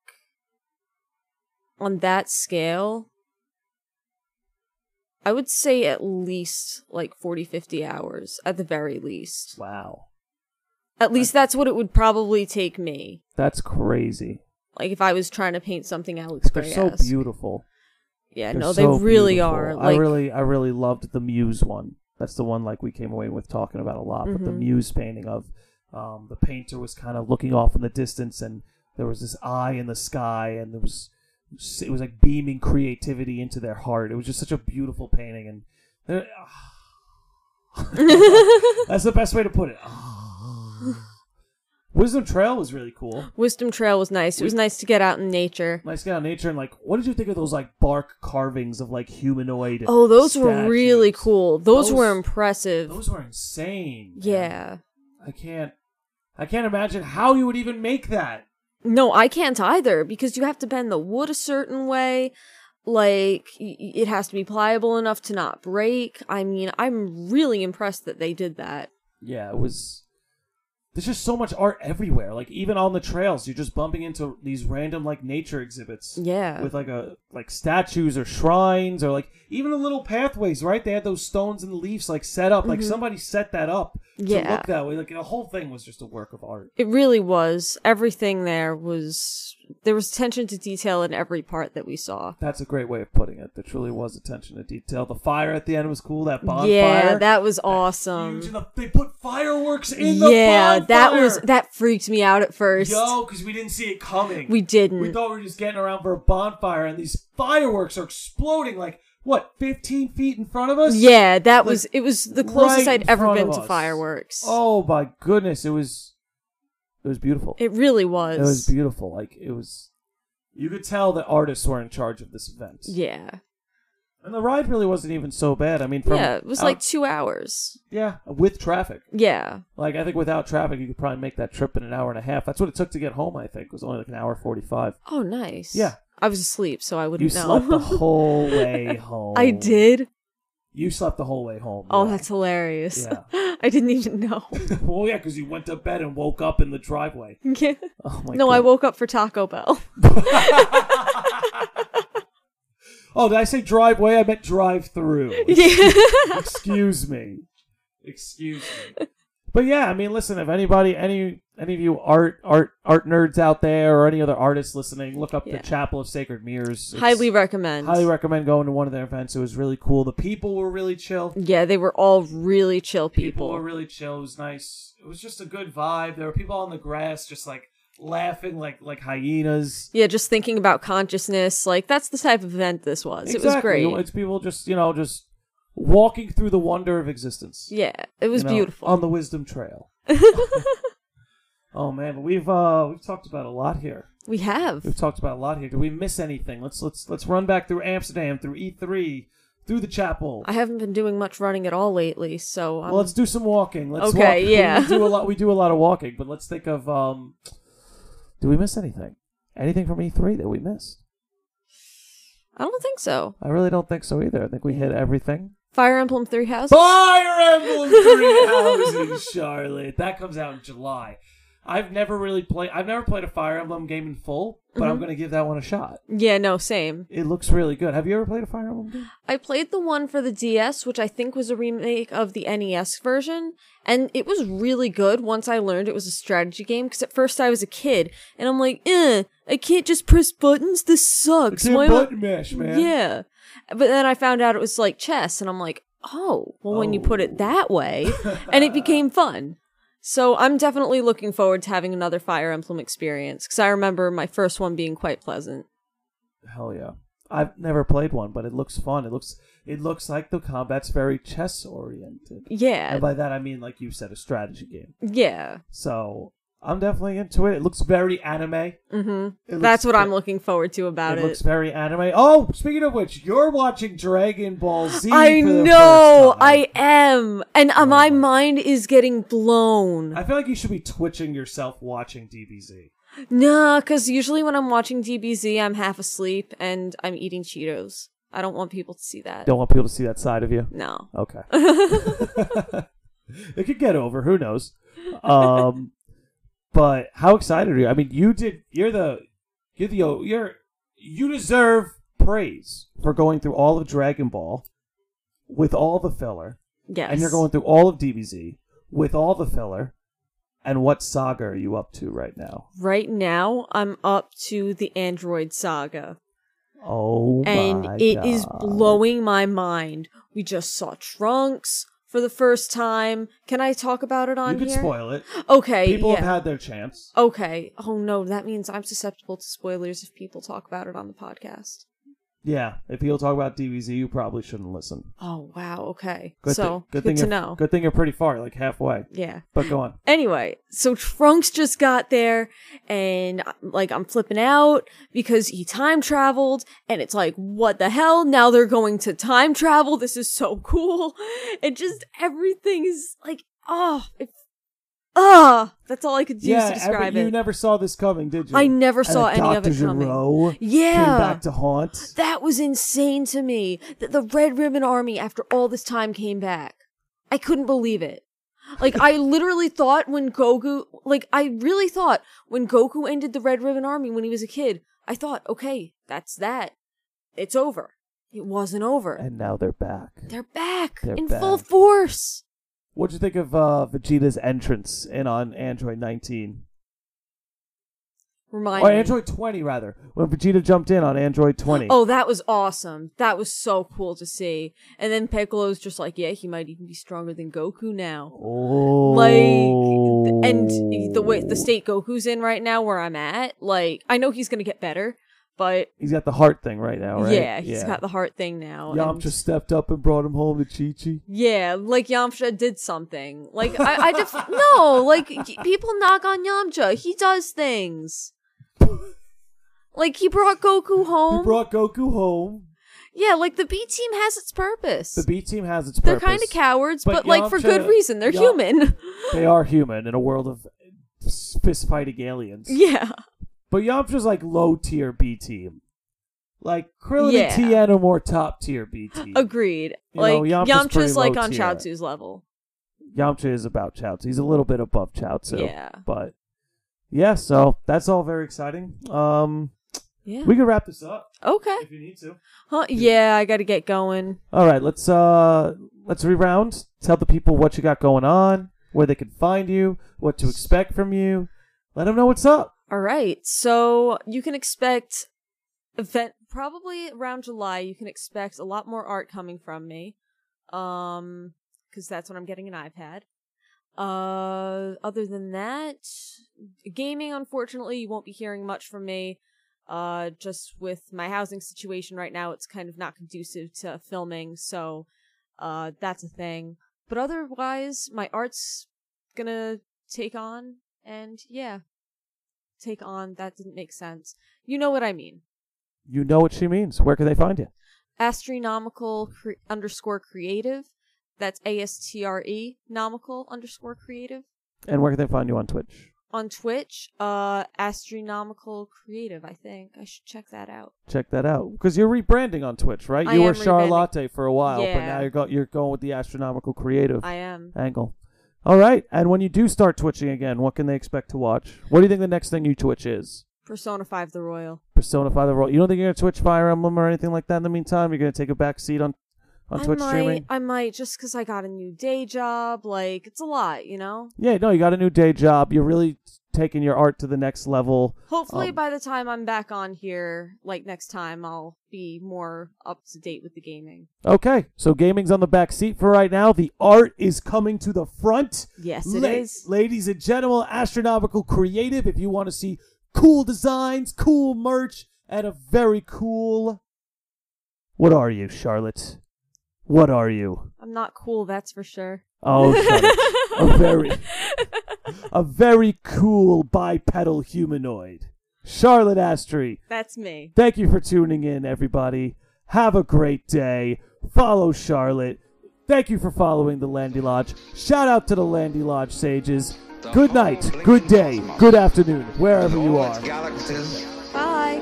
S2: on that scale I would say at least like 40 50 hours at the very least.
S1: Wow,
S2: At least that's what it would probably take me.
S1: that's crazy.
S2: Like if I was trying to paint something Alex
S1: They're
S2: Gray
S1: so
S2: as.
S1: beautiful.
S2: Yeah,
S1: They're so
S2: no, they really
S1: beautiful.
S2: are.
S1: I
S2: Like
S1: really, I really loved the Muse one. That's the one like we came away with talking about a lot. But the
S2: Mhm.
S1: Muse painting of um, the painter was kind of looking off in the distance, and there was this eye in the sky, and there was it was like beaming creativity into their heart. It was just such a beautiful painting, and they're- ah. that's the best way to put it. Ah. Wisdom Trail was really cool.
S2: Wisdom Trail was nice. It was nice to get out in nature.
S1: Nice guy on nature, and like, what did you think of those like bark carvings of like humanoid?
S2: Oh, those were really
S1: statues?
S2: cool. Those, were
S1: Those-
S2: impressive.
S1: Those were insane. man.
S2: yeah.
S1: I can't I can't imagine how you would even make that.
S2: No, I can't either because you have to bend the wood a certain way. Like y- y- it has to be pliable enough to not break. I mean, I'm really impressed that they did that.
S1: Yeah, it was there's just so much art everywhere. Like even on the trails, you're just bumping into these random like nature exhibits.
S2: Yeah.
S1: With like a like statues or shrines or like even the little pathways, right? They had those stones and leaves like set up. Like somebody set that up to
S2: Mm-hmm. Yeah.
S1: look that way. Like the whole thing was just a work of art.
S2: It really was. Everything there was there was attention to detail in every part that we saw.
S1: That's a great way of putting it. There truly was attention to detail. The fire at the end was cool. That bonfire.
S2: Yeah, that was awesome.
S1: Huge, and the- they put fireworks in the
S2: um, yeah, that
S1: fire.
S2: was that freaked me out at first.
S1: Yo, because we didn't see it coming.
S2: We didn't.
S1: We thought we were just getting around for a bonfire, and these fireworks are exploding like what, fifteen feet in front of us?
S2: yeah, that
S1: Like,
S2: was it was the closest
S1: right in
S2: I'd ever
S1: front
S2: been
S1: of
S2: to
S1: us.
S2: fireworks.
S1: Oh my goodness, it was, it was beautiful.
S2: It really was.
S1: It was beautiful. Like it was, you could tell that artists were in charge of this event.
S2: Yeah.
S1: And the ride really wasn't even so bad. I mean, from
S2: yeah, it was
S1: out-
S2: like 2 hours.
S1: yeah, with traffic.
S2: Yeah.
S1: Like I think without traffic, you could probably make that trip in an hour and a half. That's what it took to get home. I think it was only like an hour forty-five.
S2: Oh, nice.
S1: Yeah.
S2: I was asleep, so I
S1: you
S2: wouldn't know.
S1: slept the whole way home.
S2: I did.
S1: You slept the whole way home.
S2: Oh,
S1: yeah.
S2: that's hilarious.
S1: Yeah.
S2: I didn't even know.
S1: well, yeah, because you went to bed and woke up in the driveway.
S2: Yeah.
S1: Oh my.
S2: no, I
S1: God.
S2: woke up for Taco Bell.
S1: Oh, did I say driveway? I meant drive-through.
S2: yeah.
S1: Excuse me. Excuse me. But yeah, I mean, listen. If anybody, any, any of you art, art, art nerds out there, or any other artists listening, look up
S2: Yeah.
S1: the Chapel of Sacred Mirrors. It's-
S2: Highly recommend.
S1: highly recommend going to one of their events. It was really cool. The people were really chill.
S2: yeah, they were all really chill
S1: People,
S2: people.
S1: were really chill. It was nice. It was just a good vibe. There were people on the grass, just like laughing, like like hyenas.
S2: yeah, just thinking about consciousness. Like, that's the type of event this was. It was
S1: Exactly.
S2: great.
S1: It's people just you know just walking through the wonder of existence.
S2: yeah, it was
S1: you know,
S2: beautiful.
S1: on the wisdom trail. oh man, but we've uh we've talked about a lot here.
S2: we have.
S1: We've talked about a lot here. Did we miss anything? Let's let's let's run back through Amsterdam, through E3, through the chapel.
S2: I haven't been doing much running at all lately, so um,
S1: Well, let's do some walking. Let's
S2: Okay,
S1: walk.
S2: yeah.
S1: We do a lot. We do a lot of walking, but let's think of. Um, do we miss anything? Anything from E3 that we missed?
S2: I don't think so.
S1: I really don't think so either. I think we hit everything.
S2: Fire Emblem Three Houses.
S1: Fire Emblem Three Houses, Charlotte. That comes out in July. I've never really played. I've never played a Fire Emblem game in full, but
S2: Mm-hmm.
S1: I'm going to give that one a shot.
S2: Yeah, no, same.
S1: It looks really good. Have you ever played a Fire Emblem game?
S2: I played the one for the DS, which I think was a remake of the NES version, and it was really good once I learned it was a strategy game. Because at first I was a kid, and I'm like, eh, I can't just press buttons. This
S1: It's
S2: sucks.
S1: a
S2: Why am I-"
S1: button mash, man.
S2: Yeah, but then I found out it was like chess, and I'm like, oh, well, when you put it that way, and it became fun. So I'm definitely looking forward to having another Fire Emblem experience because I remember my first one being quite pleasant.
S1: Hell yeah. I've never played one, but it looks fun. It looks it looks like the combat's very chess oriented.
S2: Yeah,
S1: And by that I mean like you said a strategy game.
S2: yeah.
S1: So I'm definitely into it. It looks very anime.
S2: Mm-hmm.
S1: It looks-
S2: That's what I'm looking forward to about
S1: It
S2: it.
S1: looks very anime. Oh, speaking of which, you're watching Dragon Ball Z.
S2: I
S1: for the first time.
S2: know,
S1: Oh
S2: I am, and uh, my mind is getting blown.
S1: I feel like you should be twitching yourself watching DBZ.
S2: nah, because usually when I'm watching DBZ, I'm half asleep and I'm eating Cheetos. I don't want people to see that.
S1: Don't want people to see that side of you.
S2: No.
S1: Okay. it could get over. Who knows? Um, but how excited are you? I mean, you did. You're the. You're the. You're. You deserve praise for going through all of Dragon Ball with all the filler,
S2: Yes.
S1: and you're going through all of DBZ with all the filler. And what saga are you up to right now?
S2: right now. I'm up to the Android saga,
S1: Oh
S2: and
S1: my
S2: it is
S1: God.
S2: blowing my mind. We just saw Trunks for the first time. Can I talk about it on
S1: You could
S2: here?
S1: spoil it.
S2: Okay.
S1: People
S2: yeah.
S1: have had their chance.
S2: Okay. Oh no, that means I'm susceptible to spoilers if people talk about it on the podcast.
S1: Yeah, if people talk about DBZ, you probably shouldn't listen.
S2: Oh wow. Okay.
S1: Good thing,
S2: so
S1: good,
S2: good
S1: thing
S2: to
S1: you're,
S2: know.
S1: Good thing you're pretty far, like halfway.
S2: Yeah.
S1: But go on.
S2: Anyway, so Trunks just got there and uh, like I'm flipping out because he time traveled and it's like, what the hell? Now they're going to time travel. This is so cool. And just everything is like, oh, it, ah, that's all I could use to describe
S1: Everett,
S2: it.
S1: you never saw this coming, did you?
S2: I never
S1: And
S2: saw
S1: that
S2: any of
S1: Dr.
S2: it coming.
S1: Giroux
S2: Yeah.
S1: Came back to haunt.
S2: That was insane to me that the Red Ribbon Army, after all this time, came back. I couldn't believe it. Like, I literally thought when Goku, like, I really thought when Goku ended the Red Ribbon Army when he was a kid, I thought, okay, that's that. It's over. It wasn't over.
S1: And now they're back.
S2: they're back
S1: They're
S2: in full
S1: back.
S2: force.
S1: What'd you think of uh, Vegeta's entrance in on Android 19?
S2: Remind
S1: or
S2: me.
S1: Android 20 rather. When Vegeta jumped in on Android 20.
S2: Oh, that was awesome. That was so cool to see. And then Piccolo's just like, yeah, he might even be stronger than Goku now.
S1: Oh.
S2: Like, th- and the way the state Goku's in right now, where I'm at, like, I know he's gonna get better, but
S1: He's got the heart thing right now, right?
S2: yeah, he's got the heart thing now. and-
S1: Yamcha stepped up and brought him home to Chi Chi.
S2: Yeah, like Yamcha did something. Like I, I def- no, like y- people knock on Yamcha. He does things. Like he brought Goku
S1: He
S2: home.
S1: brought Goku home.
S2: yeah, like the B team has its purpose.
S1: The B team has its
S2: they're
S1: purpose.
S2: kind of cowards,
S1: But
S2: but, like for good
S1: Yamcha-
S2: reason. They're
S1: Ya-
S2: human.
S1: They are human in a world of fist fighting aliens.
S2: yeah,
S1: But Yamcha's like low tier B team. Like Krillin
S2: Yeah.
S1: and Tien are more top tier B team.
S2: agreed.
S1: You
S2: like
S1: know, Yamcha's pretty
S2: Yamcha's like
S1: low
S2: on
S1: tier.
S2: Chaozu's level.
S1: Yamcha is about Chaozu. He's a little bit above Chaozu.
S2: Yeah.
S1: But yeah, so that's all very exciting. Um,
S2: Yeah.
S1: we could wrap this up
S2: okay.
S1: if you need to.
S2: Huh? Yeah, I got to get going.
S1: All right, let's uh let's reround. Tell the people what you got going on, where they can find you, what to expect from you. Let them know what's up.
S2: All right. So you can expect event probably around July. You can expect a lot more art coming from me, um, because that's when I'm getting an iPad. Uh, other than that, gaming. Unfortunately, you won't be hearing much from me. Uh, just with my housing situation right now, it's kind of not conducive to filming, so uh, that's a thing. But otherwise, my art's gonna take on, and yeah take on that didn't make sense. You know what I mean.
S1: You know what she means. Where can they find you?
S2: Astronomical cre- underscore creative. That's A S T R E nomical underscore creative
S1: And where can they find you on Twitch?
S2: on Twitch. Uh, astronomical creative. I think I should check that out.
S1: Check that out because you're rebranding on Twitch, right?
S2: I
S1: you
S2: am
S1: were Charlotte
S2: rebranding.
S1: for a while, but
S2: Yeah.
S1: now you're go- you're going with the astronomical creative
S2: I am.
S1: angle. All right, and when you do start twitching again, what can they expect to watch? What do you think the next thing you twitch is?
S2: Persona Five the Royal.
S1: Personify the role. You don't think you're gonna twitch Fire Emblem or anything like that in the meantime? You're gonna take a back seat on on
S2: I
S1: Twitch
S2: might,
S1: streaming.
S2: I might just because I got a new day job. Like it's a lot, you know.
S1: Yeah, no, you got a new day job. You're really taking your art to the next level.
S2: Hopefully,
S1: Um,
S2: by the time I'm back on here, like next time, I'll be more up to date with the gaming.
S1: Okay, so gaming's on the back seat for right now. The art is coming to the front.
S2: Yes, it is.
S1: La- Ladies and gentlemen, Astronomical Creative, if you want to see cool designs, cool merch, and a very cool. What are you, Charlotte? What are you?
S2: I'm not cool, that's for sure.
S1: Oh, Charlotte. a very. A very cool bipedal humanoid. Charlotte Astry.
S2: That's me.
S1: Thank you for tuning in, everybody. Have a great day. Follow Charlotte. Thank you for following the Landy Lodge. Shout out to the Landy Lodge sages. Good night, good day, good afternoon, wherever
S3: with
S1: you
S3: all
S1: are.
S3: Its galaxies
S2: Bye.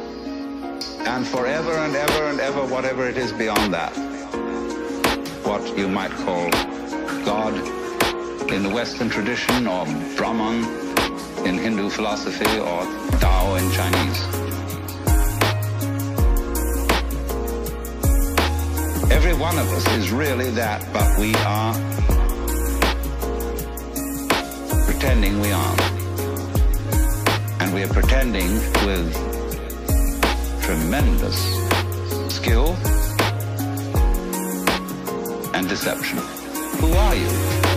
S3: and forever and ever and ever, whatever it is beyond that. What you might call God in the Western tradition, or Brahman in Hindu philosophy, or Tao in Chinese. Every one of us is really that, but we are pretending we aren't. And we are pretending with tremendous skill and deception. Who are you?